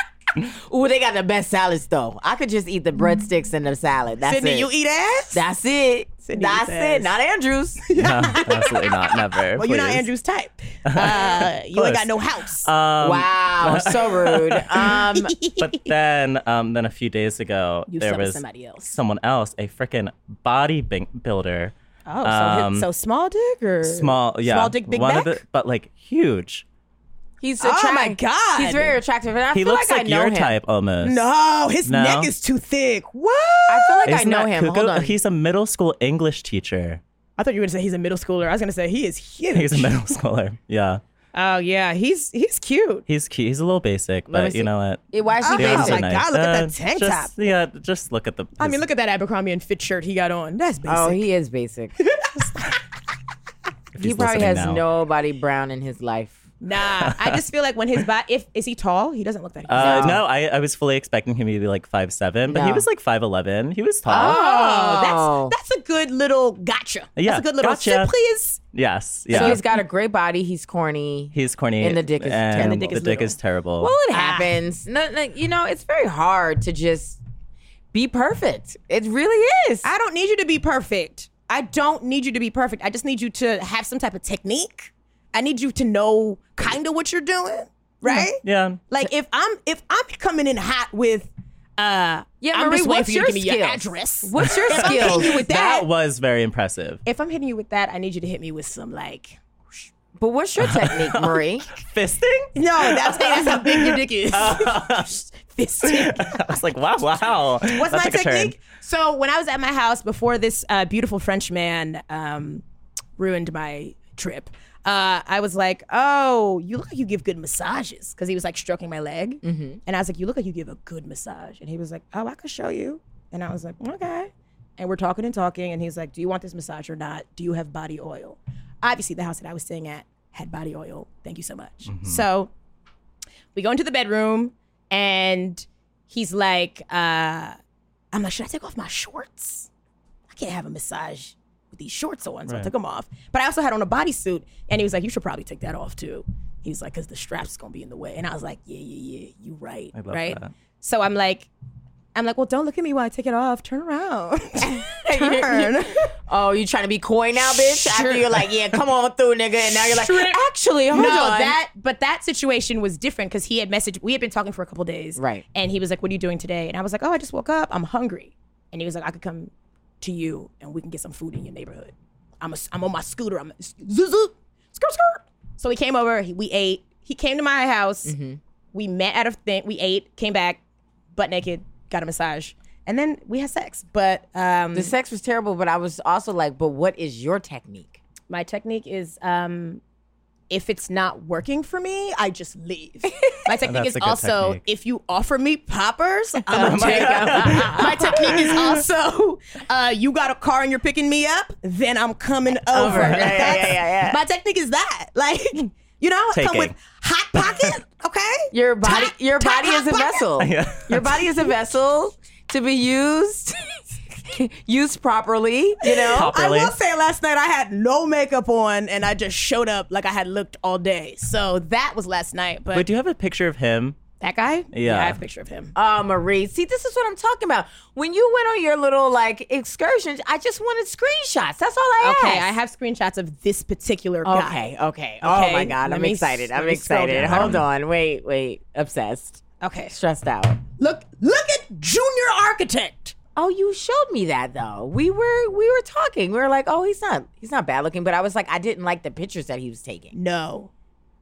[SPEAKER 2] Ooh, they got the best salads though. I could just eat the breadsticks and the salad. That's
[SPEAKER 3] Mm-hmm. Sydney,
[SPEAKER 2] it.
[SPEAKER 3] you eat ass?
[SPEAKER 2] That's it.
[SPEAKER 3] Sydney
[SPEAKER 2] That's
[SPEAKER 3] eats
[SPEAKER 2] it.
[SPEAKER 3] ass.
[SPEAKER 2] Not Andrews.
[SPEAKER 5] no, absolutely not. Never.
[SPEAKER 3] well, Oh, you're not
[SPEAKER 5] please.
[SPEAKER 3] Andrew's type. Uh, you ain't
[SPEAKER 5] course.
[SPEAKER 3] got no house.
[SPEAKER 5] Um,
[SPEAKER 2] wow, so rude. Um,
[SPEAKER 5] but then um, then a few days ago
[SPEAKER 3] You
[SPEAKER 5] there
[SPEAKER 3] slept with
[SPEAKER 5] was
[SPEAKER 3] somebody else.
[SPEAKER 5] someone else a freaking bodybuilder
[SPEAKER 6] Oh, so, his- so small dick or
[SPEAKER 5] Um, small, yeah,
[SPEAKER 6] small dick, big
[SPEAKER 5] one
[SPEAKER 6] back.
[SPEAKER 5] of the, but like huge.
[SPEAKER 2] He's
[SPEAKER 6] Oh,
[SPEAKER 2] attractive.
[SPEAKER 6] my God.
[SPEAKER 2] He's very attractive. And I
[SPEAKER 5] he
[SPEAKER 2] feel
[SPEAKER 5] looks
[SPEAKER 2] like,
[SPEAKER 5] like
[SPEAKER 2] I know
[SPEAKER 5] your
[SPEAKER 2] him.
[SPEAKER 5] type almost.
[SPEAKER 3] No, Oh, his
[SPEAKER 5] No?
[SPEAKER 3] neck is too thick. What?
[SPEAKER 2] I feel like
[SPEAKER 5] Isn't
[SPEAKER 2] I know
[SPEAKER 5] that
[SPEAKER 2] him.
[SPEAKER 5] cuckoo?
[SPEAKER 2] Hold on.
[SPEAKER 5] He's a middle school English teacher.
[SPEAKER 3] I thought you were gonna say he's a middle schooler. I was gonna say he is huge.
[SPEAKER 5] He's a middle schooler. Yeah,
[SPEAKER 3] Oh yeah, he's he's cute.
[SPEAKER 5] he's cute. He's a little basic,
[SPEAKER 2] me
[SPEAKER 5] but
[SPEAKER 2] see. Oh
[SPEAKER 5] you know what?
[SPEAKER 2] Yeah, why is he
[SPEAKER 5] The others
[SPEAKER 2] basic?
[SPEAKER 5] are
[SPEAKER 3] my God, look at that tank
[SPEAKER 5] Uh, just,
[SPEAKER 3] top.
[SPEAKER 5] Yeah, just look at the.
[SPEAKER 3] I mean, look at that Abercrombie and Fit shirt he got on. That's basic.
[SPEAKER 2] Oh, he is basic.
[SPEAKER 5] at.
[SPEAKER 2] he probably has nobody brown in his life.
[SPEAKER 3] nah, I just feel like when his body, if is he tall? He doesn't look that.
[SPEAKER 5] Uh,
[SPEAKER 2] No.
[SPEAKER 5] no, I, I was fully expecting him to be like five seven, but he
[SPEAKER 2] No.
[SPEAKER 5] was like five eleven. He was tall.
[SPEAKER 2] Oh.
[SPEAKER 3] Oh, that's that's a good little gotcha.
[SPEAKER 5] Yeah,
[SPEAKER 3] that's a good little
[SPEAKER 5] gotcha.
[SPEAKER 3] "Sit, please.
[SPEAKER 5] Yes, yeah.
[SPEAKER 2] So he's got a great body. He's corny. Ah.
[SPEAKER 5] He's corny,
[SPEAKER 2] And the dick is
[SPEAKER 5] and
[SPEAKER 2] terrible.
[SPEAKER 5] The dick is, terrible.
[SPEAKER 2] Well, it happens. No, no, you know, it's very hard to just be perfect. It really is.
[SPEAKER 3] I don't need you to be perfect. I don't need you to be perfect. I just need you to have some type of technique. I need you to know kind of what you're doing, right?
[SPEAKER 5] yeah,
[SPEAKER 3] Like if I'm if I'm coming in hot with, uh,
[SPEAKER 2] Yeah,
[SPEAKER 3] I'm
[SPEAKER 2] Marie,
[SPEAKER 3] just waiting
[SPEAKER 2] what's
[SPEAKER 3] for you
[SPEAKER 2] your
[SPEAKER 3] to give me your
[SPEAKER 2] skills?
[SPEAKER 3] address.
[SPEAKER 2] What's your
[SPEAKER 3] if I'm hitting
[SPEAKER 2] skills?
[SPEAKER 3] you with that,
[SPEAKER 5] that was very impressive.
[SPEAKER 3] if I'm hitting you with that, I need you to hit me with some like.
[SPEAKER 2] But what's your technique, Marie?
[SPEAKER 5] Fisting?
[SPEAKER 3] No, that's Uh, hey, that's how big your dick is. Fisting.
[SPEAKER 5] I was like, wow, wow.
[SPEAKER 3] What's
[SPEAKER 5] That's
[SPEAKER 3] my
[SPEAKER 5] like a turn.
[SPEAKER 3] technique? So when I was at my house before this uh, beautiful French man um, ruined my trip, uh, I was like, "Oh, you look like you give good massages," because he was like stroking my leg,
[SPEAKER 5] Mm-hmm.
[SPEAKER 3] and I was like, "You look like you give a good massage," and he was like, "Oh, I could show you," and I was like, "Okay." And we're talking and talking, and he's like, "Do you want this massage or not? Do you have body oil?" Obviously, the house that I was staying at had body oil. Thank you so much.
[SPEAKER 5] Mm-hmm.
[SPEAKER 3] So we go into the bedroom and he's like uh i'm like should i take off my shorts i can't have a massage with these shorts on so i
[SPEAKER 5] Right.
[SPEAKER 3] took them off but i also had on a bodysuit and he was like you should probably take that off too he was like because the strap's gonna be in the way and i was like yeah yeah yeah you right
[SPEAKER 5] I love
[SPEAKER 3] right
[SPEAKER 5] that.
[SPEAKER 3] so i'm like i'm like well don't look at me while i take it off turn around turn
[SPEAKER 2] Oh, you trying to be coy now, bitch? After you're like, yeah, come on through, nigga, and now you're like,
[SPEAKER 3] "Ah."
[SPEAKER 2] actually, hold
[SPEAKER 3] no,
[SPEAKER 2] on.
[SPEAKER 3] that but that situation was different because he had messaged. We had been talking for a couple days,
[SPEAKER 2] Right.
[SPEAKER 3] And he was like, "What are you doing today?" And I was like, "Oh, I just woke up. I'm hungry." And he was like, "I could come to you and we can get some food in your neighborhood. I'm a, I'm on my scooter. I'm a, zoo, zoo, skirt skirt." So he came over. He, we ate. He came to my house. We met at a thing. We ate. Came back, butt naked. Got a massage, and then we had sex. But um,
[SPEAKER 2] the sex was terrible, but I was also like, but what is your technique?
[SPEAKER 3] my technique is um if it's not working for me, I just leave. My technique
[SPEAKER 5] That's
[SPEAKER 3] is
[SPEAKER 5] a good
[SPEAKER 3] also
[SPEAKER 5] technique.
[SPEAKER 3] if you offer me poppers,
[SPEAKER 2] Oh
[SPEAKER 3] I'm gonna take 'em. My technique is also uh, you got a car and you're picking me up, then I'm coming over.
[SPEAKER 2] Yeah, yeah, yeah,
[SPEAKER 3] That's-
[SPEAKER 2] yeah, yeah.
[SPEAKER 3] My technique is that. Like, you know, I come
[SPEAKER 5] Taking.
[SPEAKER 3] with hot pocket, okay?
[SPEAKER 2] Your body,
[SPEAKER 3] Top-
[SPEAKER 2] your
[SPEAKER 3] top
[SPEAKER 2] body is a
[SPEAKER 3] hot pocket.
[SPEAKER 2] vessel.
[SPEAKER 5] Yeah.
[SPEAKER 2] Your body is a vessel to be used, used properly. You know,
[SPEAKER 5] Properly.
[SPEAKER 3] I will say last night I had no makeup on and I just showed up like I had looked all day. So that was last night. But
[SPEAKER 5] Wait, do you have a picture of him?
[SPEAKER 3] That guy?
[SPEAKER 5] Yeah.
[SPEAKER 3] I have a picture of him.
[SPEAKER 2] Oh, Marie. See, this is what I'm talking about. When you went on your little like excursions, I just wanted screenshots. That's all I
[SPEAKER 3] Okay, I
[SPEAKER 2] asked.
[SPEAKER 3] have screenshots of this particular guy.
[SPEAKER 2] Okay, okay. Oh
[SPEAKER 3] Okay,
[SPEAKER 2] my God,
[SPEAKER 3] let
[SPEAKER 2] I'm
[SPEAKER 3] me
[SPEAKER 2] excited.
[SPEAKER 3] s-
[SPEAKER 2] I'm
[SPEAKER 3] let me scroll
[SPEAKER 2] excited.
[SPEAKER 3] down.
[SPEAKER 2] Hold on. Wait, wait. Obsessed.
[SPEAKER 3] Okay.
[SPEAKER 2] Stressed out.
[SPEAKER 3] Look look at Junior Architect.
[SPEAKER 2] Oh, you showed me that though. We were we were talking. We were like, oh, he's not he's not bad looking, but I was like, I didn't like the pictures that he was taking.
[SPEAKER 3] No.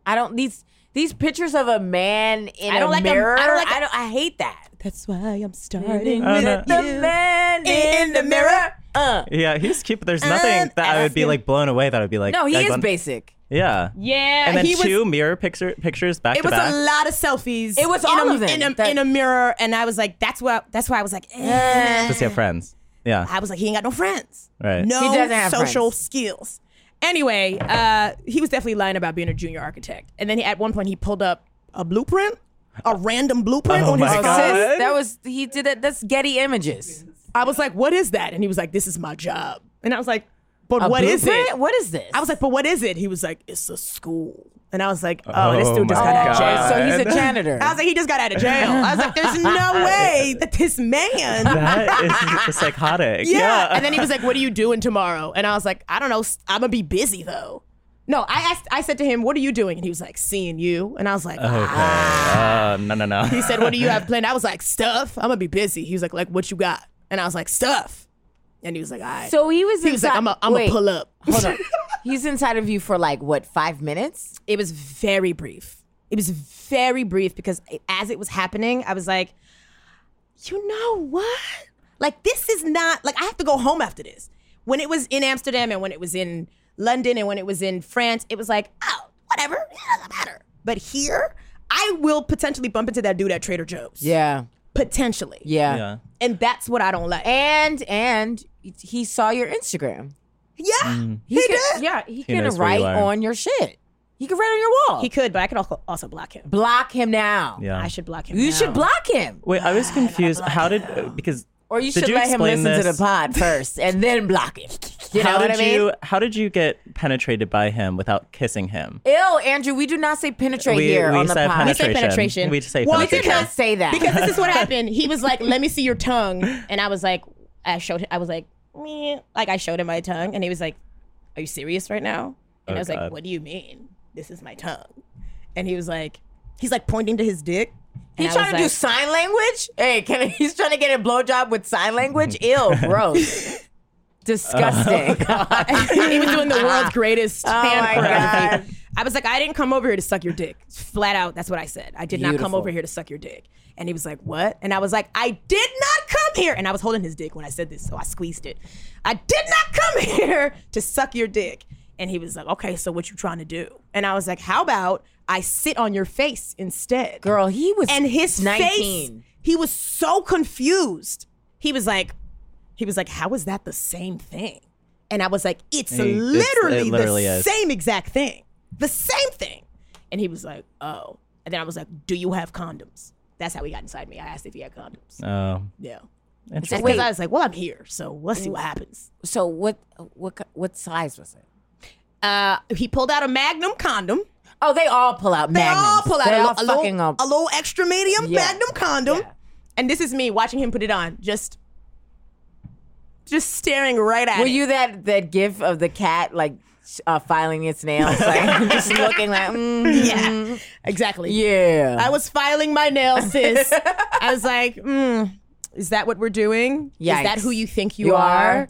[SPEAKER 2] I don't these these pictures of a man in
[SPEAKER 3] I don't
[SPEAKER 2] a
[SPEAKER 3] like 'em. I
[SPEAKER 2] mirror.
[SPEAKER 3] don't like 'em.
[SPEAKER 2] I don't. I hate that.
[SPEAKER 3] That's why I'm starting
[SPEAKER 5] Uh,
[SPEAKER 3] with
[SPEAKER 5] no.
[SPEAKER 2] The
[SPEAKER 3] you.
[SPEAKER 2] man
[SPEAKER 3] in
[SPEAKER 2] in the
[SPEAKER 3] the
[SPEAKER 2] mirror. Uh.
[SPEAKER 5] Yeah, he's cute, but there's nothing that I would be like blown away. That I would be like,
[SPEAKER 2] No, he
[SPEAKER 5] I'd
[SPEAKER 2] is
[SPEAKER 5] want-
[SPEAKER 2] basic.
[SPEAKER 5] Yeah,
[SPEAKER 3] Yeah,
[SPEAKER 5] and then
[SPEAKER 3] he was-
[SPEAKER 5] two mirror picture pictures back
[SPEAKER 3] It
[SPEAKER 5] to
[SPEAKER 3] was
[SPEAKER 5] back.
[SPEAKER 3] a lot of selfies.
[SPEAKER 2] It was
[SPEAKER 3] in
[SPEAKER 2] all
[SPEAKER 3] a,
[SPEAKER 2] of them.
[SPEAKER 3] in a,
[SPEAKER 2] That-
[SPEAKER 3] in a mirror, and I was like, "That's what." That's why I was like, eh.
[SPEAKER 5] Does he have friends? Yeah,
[SPEAKER 3] I was like, "He ain't got no friends,
[SPEAKER 5] Right.
[SPEAKER 3] No
[SPEAKER 2] He doesn't have
[SPEAKER 3] social
[SPEAKER 2] friends.
[SPEAKER 3] skills." Anyway, uh, he was definitely lying about being a junior architect, and then he, at one point he pulled up a blueprint, a random blueprint
[SPEAKER 5] Oh
[SPEAKER 3] on his
[SPEAKER 5] my
[SPEAKER 3] phone.
[SPEAKER 5] God.
[SPEAKER 2] Sis, that was he did that. That's Getty Images.
[SPEAKER 3] I was like, "What is that?" And he was like, "This is my job." And I was like, "But what is
[SPEAKER 2] blueprint?
[SPEAKER 3] it?"
[SPEAKER 2] What is this?
[SPEAKER 3] I was like, "But what is it?" He was like, "It's a school." And I was like, "Oh, this
[SPEAKER 5] Oh
[SPEAKER 3] dude just
[SPEAKER 5] my
[SPEAKER 3] got out of jail."
[SPEAKER 5] God.
[SPEAKER 2] so he's a janitor.
[SPEAKER 3] I was like, "He just got out of jail." I was like, "There's no way that this man."
[SPEAKER 5] that is psychotic.
[SPEAKER 3] yeah.
[SPEAKER 5] Yeah,
[SPEAKER 3] And then he was like, "What are you doing tomorrow?" And I was like, "I don't know. I'm gonna be busy though." No, I asked. I said to him, "What are you doing?" And he was like, "Seeing you." And I was like,
[SPEAKER 5] okay.
[SPEAKER 3] "Ah."
[SPEAKER 5] Uh, no, no, no.
[SPEAKER 3] He said, "What do you have planned?" I was like, "Stuff. I'm gonna be busy." He was like, "Like what you got?" And I was like, "Stuff." And he was like, all right.
[SPEAKER 2] So he was
[SPEAKER 3] He was like,
[SPEAKER 2] inside-
[SPEAKER 3] I'm going
[SPEAKER 2] wait.
[SPEAKER 3] to pull up.
[SPEAKER 2] Hold on. He's inside of you for like what five minutes?
[SPEAKER 3] It was very brief. It was very brief because it- as it was happening, I was like, you know what? Like, this is not, like, I have to go home after this. When it was in Amsterdam and when it was in London and when it was in France, it was like, oh, whatever. It doesn't matter. But here, I will potentially bump into that dude at Trader Joe's.
[SPEAKER 2] Yeah.
[SPEAKER 3] Potentially.
[SPEAKER 2] Yeah. Yeah.
[SPEAKER 3] And that's what I don't like.
[SPEAKER 2] And, and he saw your Instagram.
[SPEAKER 3] Yeah.
[SPEAKER 2] He, could, Yeah. He, can
[SPEAKER 5] Mm. knows where
[SPEAKER 2] write
[SPEAKER 5] you are.
[SPEAKER 2] on your shit. He could write on your wall.
[SPEAKER 3] He could, but I could al- also block him.
[SPEAKER 2] Block him now.
[SPEAKER 5] Yeah.
[SPEAKER 3] I should block him.
[SPEAKER 2] You
[SPEAKER 3] now.
[SPEAKER 2] should block him.
[SPEAKER 5] Wait, I was confused. How did uh, because
[SPEAKER 2] Or you
[SPEAKER 5] did
[SPEAKER 2] should let him
[SPEAKER 5] explain
[SPEAKER 2] listen to
[SPEAKER 5] this?
[SPEAKER 2] the pod first and then block him. You
[SPEAKER 5] how
[SPEAKER 2] know what
[SPEAKER 5] did
[SPEAKER 2] I mean?
[SPEAKER 5] you how did you get penetrated by him without kissing him?
[SPEAKER 2] Ew, Andrew, we do not say penetrate
[SPEAKER 5] We-
[SPEAKER 2] here
[SPEAKER 5] we
[SPEAKER 2] on the
[SPEAKER 5] said
[SPEAKER 2] pod.
[SPEAKER 5] penetrate. We say penetration. We say
[SPEAKER 2] Well,
[SPEAKER 5] penetration.
[SPEAKER 2] we did not say that.
[SPEAKER 3] because this is what happened. He was like, "Let me see your tongue," and I was like, I showed him. I was like, Meh. like I showed him my tongue, and he was like, "Are you serious right now?" And
[SPEAKER 5] Oh,
[SPEAKER 3] I was
[SPEAKER 5] God.
[SPEAKER 3] like, "What do you mean? This is my tongue?" And he was like, he's like pointing to his dick.
[SPEAKER 2] He
[SPEAKER 3] and I
[SPEAKER 2] trying to
[SPEAKER 3] was
[SPEAKER 2] do
[SPEAKER 3] like-
[SPEAKER 2] sign language? Hey, can he's trying to get a blowjob with sign language? Ew, gross.
[SPEAKER 5] Oh,
[SPEAKER 2] Disgusting.
[SPEAKER 3] he was doing the world's greatest hand
[SPEAKER 2] Ah. Oh my
[SPEAKER 3] choreography. I was like, I didn't come over here to suck your dick. Flat out, that's what I said. I did not come
[SPEAKER 2] Beautiful.
[SPEAKER 3] over here to suck your dick. And he was like, What? And I was like, I did not come here. And I was holding his dick when I said this, so I squeezed it. I did not come here to suck your dick. And he was like, Okay, so what you trying to do? And I was like, How about I sit on your face instead?
[SPEAKER 2] Girl, he was
[SPEAKER 3] and his
[SPEAKER 2] 19.
[SPEAKER 3] face he was so confused he was like he was like how is that the same thing and i was like it's
[SPEAKER 5] Hey, it's-
[SPEAKER 3] literally
[SPEAKER 5] it literally
[SPEAKER 3] the
[SPEAKER 5] is.
[SPEAKER 3] same exact thing the same thing and he was like oh and then i was like do you have condoms that's how he got inside me i asked if he had condoms
[SPEAKER 5] Oh,
[SPEAKER 3] yeah
[SPEAKER 5] interesting.
[SPEAKER 3] because i was like well i'm here so we'll see what happens
[SPEAKER 2] So what what what size was it?
[SPEAKER 3] uh, he pulled out a magnum condom
[SPEAKER 2] Oh, they all pull out
[SPEAKER 3] They
[SPEAKER 2] magnums.
[SPEAKER 3] all pull out
[SPEAKER 2] They
[SPEAKER 3] a,
[SPEAKER 2] all
[SPEAKER 3] lo- a lo-
[SPEAKER 2] fucking up.
[SPEAKER 3] a little extra medium
[SPEAKER 2] Yeah.
[SPEAKER 3] magnum condom.
[SPEAKER 2] Yeah.
[SPEAKER 3] And this is me watching him put it on, just just staring right at
[SPEAKER 2] Were
[SPEAKER 3] it.
[SPEAKER 2] you that that gif of the cat like uh, filing its nails, like just looking like mm,
[SPEAKER 3] yeah, exactly.
[SPEAKER 2] yeah?
[SPEAKER 3] I was filing my nails, sis. I was like, mm, is that what we're doing? Is that
[SPEAKER 2] Yikes.
[SPEAKER 3] who you think you,
[SPEAKER 2] You
[SPEAKER 3] are?
[SPEAKER 2] are?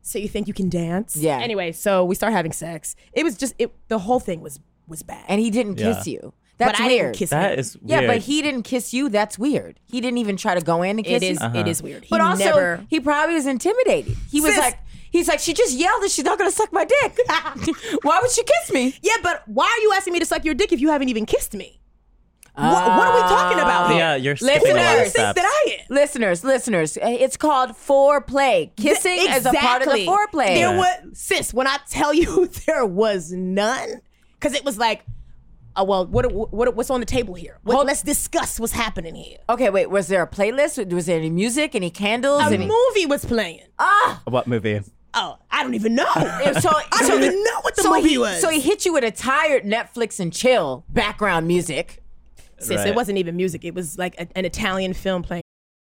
[SPEAKER 3] So you think you can dance?
[SPEAKER 2] Yeah.
[SPEAKER 3] Anyway, so we start having sex. It was just it. The whole thing was was bad.
[SPEAKER 2] and he didn't
[SPEAKER 5] Yeah.
[SPEAKER 2] kiss you. That's
[SPEAKER 3] but I
[SPEAKER 2] weird.
[SPEAKER 3] didn't kiss him.
[SPEAKER 5] that is
[SPEAKER 2] yeah,
[SPEAKER 5] weird.
[SPEAKER 2] but he didn't kiss you. That's weird. He didn't even try to go in and kiss
[SPEAKER 3] It is.
[SPEAKER 2] you.
[SPEAKER 3] It is weird. He
[SPEAKER 2] Uh-huh. But also,
[SPEAKER 3] never,
[SPEAKER 2] he probably was intimidated. He was
[SPEAKER 3] Sis.
[SPEAKER 2] like, he's like, she just yelled that she's not gonna suck my dick. Why would she kiss me?
[SPEAKER 3] Yeah, but why are you asking me to suck your dick if you haven't even kissed me? What, what
[SPEAKER 2] Ah.
[SPEAKER 3] are we talking about here?
[SPEAKER 5] yeah, you're
[SPEAKER 2] Listeners.
[SPEAKER 5] skipping a lot of
[SPEAKER 3] Who thinks
[SPEAKER 5] steps.
[SPEAKER 3] that I am?
[SPEAKER 2] Listeners, listeners, eh, it's called foreplay. Kissing is a part of the
[SPEAKER 3] Exactly.
[SPEAKER 2] foreplay.
[SPEAKER 3] There was, sis, when I tell you there was none, because it was like, oh well, what, what what's on the table here? What, let's discuss what's happening here.
[SPEAKER 2] okay, wait, was there a playlist? Was there any music? Any candles?
[SPEAKER 3] A
[SPEAKER 2] any-
[SPEAKER 3] movie was playing.
[SPEAKER 5] What movie?
[SPEAKER 3] oh, I don't even know.
[SPEAKER 2] And Uh, so,
[SPEAKER 3] I
[SPEAKER 2] so
[SPEAKER 3] don't even know what the
[SPEAKER 2] so
[SPEAKER 3] movie
[SPEAKER 2] he,
[SPEAKER 3] was.
[SPEAKER 2] So he hit you with a tired Netflix and chill background music.
[SPEAKER 3] sis,
[SPEAKER 5] Right.
[SPEAKER 3] it wasn't even music. It was like a- an Italian film playing.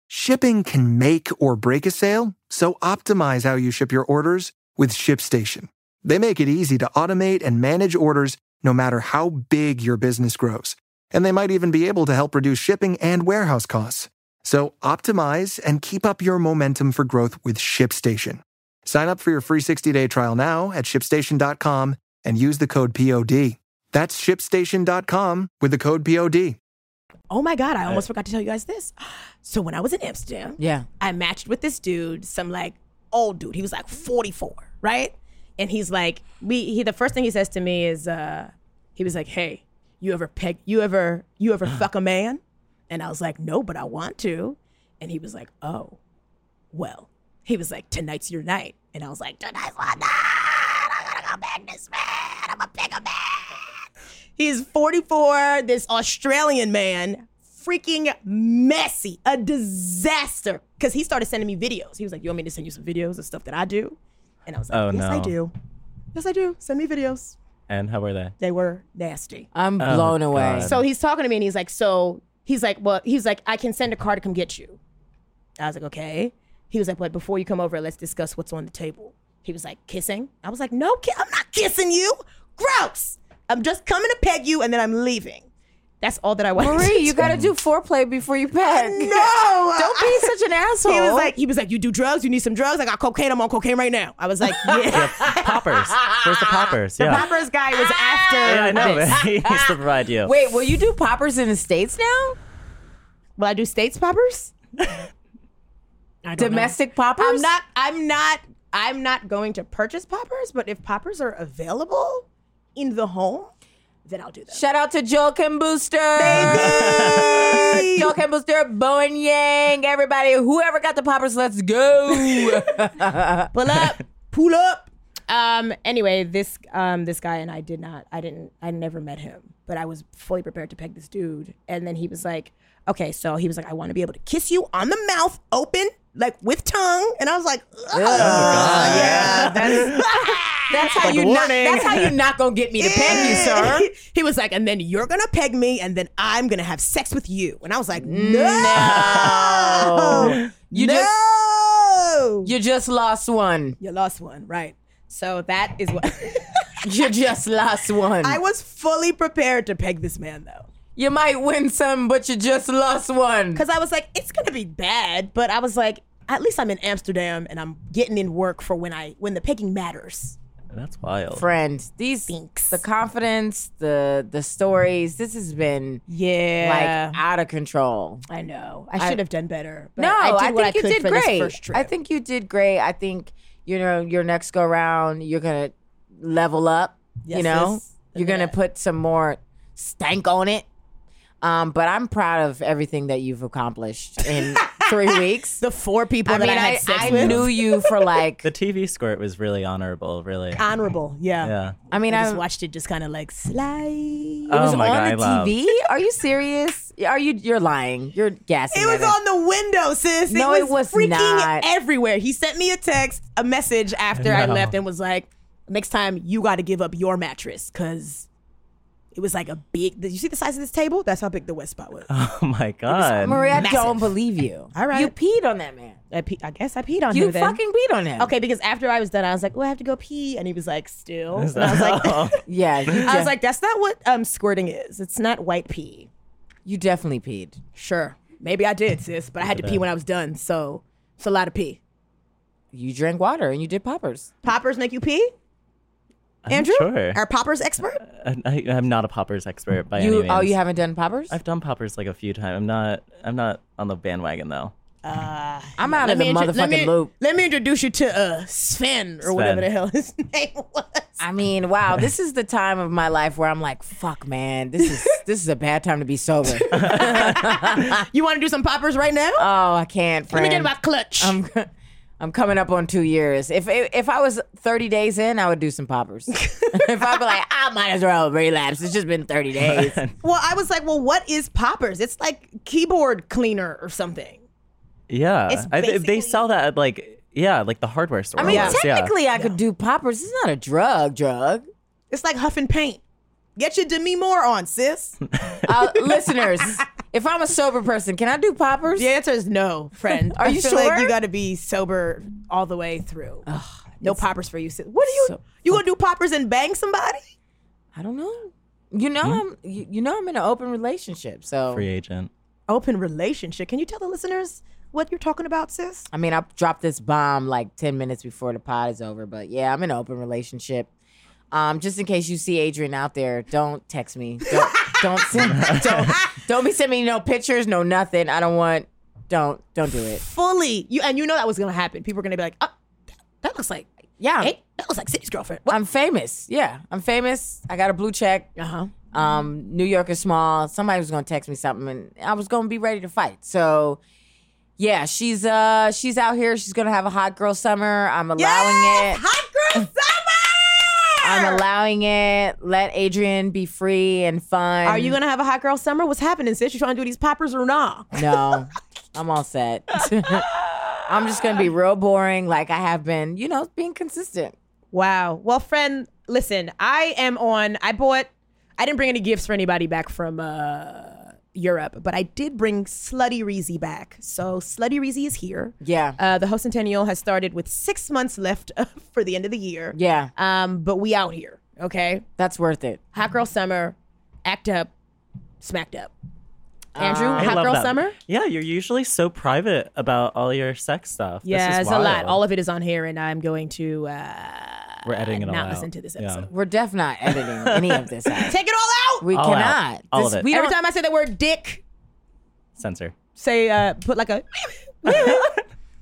[SPEAKER 7] Shipping can make or break a sale, so optimize how you ship your orders with ShipStation. They make it easy to automate and manage orders no matter how big your business grows. And they might even be able to help reduce shipping and warehouse costs. So optimize and keep up your momentum for growth with ShipStation. Sign up for your free 60-day trial now at shipstation.com and use the code POD. That's shipstation.com with the code POD.
[SPEAKER 3] Oh my God, I almost forgot to tell you guys this. So when I was in Amsterdam,
[SPEAKER 2] Yeah.
[SPEAKER 3] I matched with this dude, some like old dude. He was like 44, right? And he's like, we he the first thing he says to me is uh he was like, Hey, you ever peg you ever you ever fuck a man? And I was like, No, but I want to. And he was like, Oh, well. He was like, Tonight's your night. And I was like, Tonight's my night. I gotta go back this man. I'm a peg a man. He's 44, this Australian man, freaking messy, a disaster. Because he started sending me videos. He was like, You want me to send you some videos of stuff that I do? And I was like,
[SPEAKER 5] Oh,
[SPEAKER 3] Yes, I
[SPEAKER 5] no.
[SPEAKER 3] do. Yes, I do. Send me videos.
[SPEAKER 5] And how were they?
[SPEAKER 3] They were nasty.
[SPEAKER 2] I'm blown away.
[SPEAKER 5] God.
[SPEAKER 3] So he's talking to me and he's like, So he's like, Well, he's like, I can send a car to come get you. I was like, Okay. He was like, But before you come over, let's discuss what's on the table. He was like, Kissing? I was like, No, ki- I'm not kissing you. Gross. I'm just coming to peg you and then I'm leaving. That's all that I wanted.
[SPEAKER 2] Marie,
[SPEAKER 3] to
[SPEAKER 2] you gotta do foreplay before you pack.
[SPEAKER 3] No,
[SPEAKER 2] Don't be such an asshole.
[SPEAKER 3] He was like, he was like, you do drugs, you need some drugs. I got cocaine. I'm on cocaine right now. I was like, yeah.
[SPEAKER 5] poppers. Where's the poppers?
[SPEAKER 3] The
[SPEAKER 5] yeah.
[SPEAKER 3] poppers guy was after.
[SPEAKER 5] yeah, I know.
[SPEAKER 3] this.
[SPEAKER 5] man. he needs to provide you.
[SPEAKER 2] Ah. Wait, will you do poppers in the states now?
[SPEAKER 3] Will I do states poppers?
[SPEAKER 2] Domestic poppers?
[SPEAKER 3] I'm not. I'm not. I'm not going to purchase poppers. But if poppers are available in the home, then I'll do that.
[SPEAKER 2] Shout out to Joel Kim Booster. Baby! Joel Kim Booster, Bowen Yang, everybody, whoever got the poppers, let's go.
[SPEAKER 3] pull up, pull up. Um. Anyway, this um this guy and I did not. I didn't. I never met him, but I was fully prepared to peg this dude. And then he was like, "Okay, so he was like, I want to be able to kiss you on the mouth, open, like with tongue." And I was like, "Ugh."
[SPEAKER 2] yeah. That's, that's how
[SPEAKER 3] Like
[SPEAKER 2] you
[SPEAKER 3] a
[SPEAKER 2] not,
[SPEAKER 3] warning.
[SPEAKER 2] that's how you not gonna get me to peg you, sir.
[SPEAKER 3] he was like, and then you're gonna peg me, and then I'm gonna have sex with you. And I was like,
[SPEAKER 2] Mm,
[SPEAKER 3] no,
[SPEAKER 2] You
[SPEAKER 3] no,
[SPEAKER 2] You just lost one.
[SPEAKER 3] you lost one, right? So that is what
[SPEAKER 2] You just lost one.
[SPEAKER 3] I was fully prepared to peg this man though,
[SPEAKER 2] you might win some, but you just lost one.
[SPEAKER 3] because I was like, it's gonna be bad, but I was like, at least I'm in Amsterdam and I'm getting in work for when I when the pegging matters.
[SPEAKER 5] That's wild.
[SPEAKER 2] Friend, these the confidence, the the stories. This has been
[SPEAKER 3] Yeah.
[SPEAKER 2] like out of control.
[SPEAKER 3] I know. I should have done better. But
[SPEAKER 2] no,
[SPEAKER 3] I did what I
[SPEAKER 2] think
[SPEAKER 3] could
[SPEAKER 2] you did
[SPEAKER 3] for
[SPEAKER 2] great.
[SPEAKER 3] this first trip.
[SPEAKER 2] I think you did great. I think you know your next go round, you're gonna level up. you
[SPEAKER 3] Yes,
[SPEAKER 2] know,
[SPEAKER 3] sis.
[SPEAKER 2] you're gonna put some more stank on it. Um, but I'm proud of everything that you've accomplished in three weeks.
[SPEAKER 3] the four people
[SPEAKER 2] I
[SPEAKER 3] that
[SPEAKER 2] mean,
[SPEAKER 3] I had
[SPEAKER 2] I,
[SPEAKER 3] sex
[SPEAKER 2] I
[SPEAKER 3] with.
[SPEAKER 2] knew you for like.
[SPEAKER 5] The TV squirt was really honorable, really.
[SPEAKER 2] Ah.
[SPEAKER 3] honorable. Yeah.
[SPEAKER 5] Yeah.
[SPEAKER 2] I mean,
[SPEAKER 3] I
[SPEAKER 2] I,
[SPEAKER 3] just watched it just kind of like slide.
[SPEAKER 2] It was
[SPEAKER 5] oh my
[SPEAKER 2] on
[SPEAKER 5] God, I
[SPEAKER 2] the
[SPEAKER 5] love.
[SPEAKER 2] TV. Are you serious? Are you? You're lying. You're gassing.
[SPEAKER 3] It was
[SPEAKER 2] at
[SPEAKER 3] on the window, sis.
[SPEAKER 2] No, it
[SPEAKER 3] it
[SPEAKER 2] was
[SPEAKER 3] was freaking
[SPEAKER 2] not.
[SPEAKER 3] everywhere. He sent me a text, a message after I
[SPEAKER 5] No.
[SPEAKER 3] left and was like, next time you got to give up your mattress because it was like a big, did you see the size of this table? That's how big the West Spot was.
[SPEAKER 5] Oh my god.
[SPEAKER 2] Maria. I
[SPEAKER 3] Massive.
[SPEAKER 2] don't believe you.
[SPEAKER 3] All right.
[SPEAKER 2] you peed on that man.
[SPEAKER 3] I, pe- I guess I peed on
[SPEAKER 2] You
[SPEAKER 3] him then.
[SPEAKER 2] fucking peed on him.
[SPEAKER 3] Okay, because after I was done, I was like, "Oh, I have to go pee," and he was like, "Still." And I was
[SPEAKER 5] Oh.
[SPEAKER 3] like,
[SPEAKER 2] Yeah, you
[SPEAKER 3] "I
[SPEAKER 2] de-
[SPEAKER 3] was like, that's not what um squirting is. It's not white pee."
[SPEAKER 2] you definitely peed.
[SPEAKER 3] Sure, maybe I did, sis, but I had to pee when I was done, so it's a lot of pee.
[SPEAKER 2] You drank water and you did poppers.
[SPEAKER 3] Poppers make you pee?
[SPEAKER 5] I'm
[SPEAKER 3] Andrew?
[SPEAKER 5] Sure.
[SPEAKER 3] Our poppers expert?
[SPEAKER 5] I, I, I'm not a poppers expert by any
[SPEAKER 2] You
[SPEAKER 5] means.
[SPEAKER 2] oh, you haven't done poppers.
[SPEAKER 5] I've done poppers like a few times. I'm not. I'm not on the bandwagon though.
[SPEAKER 2] I'm out of the
[SPEAKER 3] intro-
[SPEAKER 2] motherfucking
[SPEAKER 3] let me,
[SPEAKER 2] loop.
[SPEAKER 3] Let me introduce you to uh, Sven, or whatever the hell his name was.
[SPEAKER 2] I mean, wow, this is the time of my life where I'm like, fuck, man, this is this is a bad time to be sober. oh,
[SPEAKER 3] You want to do some poppers right now?
[SPEAKER 2] I can't.
[SPEAKER 3] let
[SPEAKER 2] Friend.
[SPEAKER 3] me get my clutch.
[SPEAKER 2] I'm I'm coming up on two years. If if I was 30 days in, I would do some poppers. if I'd be like, I might as well relapse. It's just been 30 days.
[SPEAKER 3] well, I was like, well, what is poppers? It's like keyboard cleaner or something.
[SPEAKER 5] Yeah.
[SPEAKER 3] It's
[SPEAKER 5] I, they-
[SPEAKER 3] basically-
[SPEAKER 5] they sell that at like yeah, like the hardware store.
[SPEAKER 2] I mean,
[SPEAKER 5] almost, yeah.
[SPEAKER 2] technically, I could do poppers. It's not a drug, drug.
[SPEAKER 3] It's like huffing paint. Get your Demi Moore on, sis.
[SPEAKER 2] Uh, listeners, if I'm a sober person, can I do poppers?
[SPEAKER 3] The answer is no, friend.
[SPEAKER 2] Are
[SPEAKER 3] I
[SPEAKER 2] you
[SPEAKER 3] feel like
[SPEAKER 2] sure?
[SPEAKER 3] you got to be sober all the way through. no poppers for you, sis. What are you? you gonna do poppers and bang somebody?
[SPEAKER 2] I don't know. You know, I'm you, you know I'm in an open relationship, so
[SPEAKER 5] free agent.
[SPEAKER 3] Open relationship. Can you tell the listeners what you're talking about, sis?
[SPEAKER 2] I mean, I dropped this bomb like 10 minutes before the pod is over, but yeah, I'm in an open relationship. Um, just in case you see Adrian out there, don't text me. Don't don't send, don't don't be sending me no pictures, no nothing. I don't want don't don't do it.
[SPEAKER 3] Fully, you and you know that was gonna happen. People are gonna be like, oh, that, that looks like
[SPEAKER 2] Yeah.
[SPEAKER 3] hey, that looks like City's girlfriend. What?
[SPEAKER 2] I'm famous. Yeah. I'm famous. I got a blue check.
[SPEAKER 3] Uh huh.
[SPEAKER 2] Um, New York is small. Somebody was gonna text me something, and I was gonna be ready to fight. So, yeah, she's uh she's out here. She's gonna have a hot girl summer. I'm allowing it.
[SPEAKER 3] Hot girl summer.
[SPEAKER 2] I'm allowing it. Let Adrian be free and fun.
[SPEAKER 3] Are you gonna have a hot girl summer? What's happening, sis? You trying to do these poppers or not?
[SPEAKER 2] No, I'm all set. I'm just gonna be real boring, like I have been. You know, being consistent.
[SPEAKER 3] Wow. Well, friend, listen, I am on. I bought. I didn't bring any gifts for anybody back from uh, Europe, but I did bring Slutty Reezy back. So Slutty Reezy is here.
[SPEAKER 2] Yeah,
[SPEAKER 3] Uh, the Hostentennial has started with six months left for the end of the year.
[SPEAKER 2] yeah,
[SPEAKER 3] Um, but we out here, okay?
[SPEAKER 2] that's worth it.
[SPEAKER 3] Hot girl summer, act up, smacked up. Andrew,
[SPEAKER 5] Uh, I
[SPEAKER 3] hot
[SPEAKER 5] love
[SPEAKER 3] girl
[SPEAKER 5] that.
[SPEAKER 3] summer.
[SPEAKER 5] Yeah, you're usually so private about all your sex stuff. This
[SPEAKER 3] Yeah,
[SPEAKER 5] is
[SPEAKER 3] it's a lot.
[SPEAKER 5] wild.
[SPEAKER 3] All of it is on here, and I'm going to uh,
[SPEAKER 5] We're editing it all
[SPEAKER 3] not
[SPEAKER 5] out.
[SPEAKER 3] listen to this
[SPEAKER 5] Yeah.
[SPEAKER 3] episode.
[SPEAKER 2] We're def not editing any of this out.
[SPEAKER 3] Take it all out.
[SPEAKER 2] We
[SPEAKER 5] All out.
[SPEAKER 2] cannot.
[SPEAKER 5] All
[SPEAKER 2] This-
[SPEAKER 5] of it.
[SPEAKER 2] We
[SPEAKER 3] Every
[SPEAKER 2] don't,
[SPEAKER 3] time I say the word dick,
[SPEAKER 5] Censor.
[SPEAKER 3] say uh, put like a. And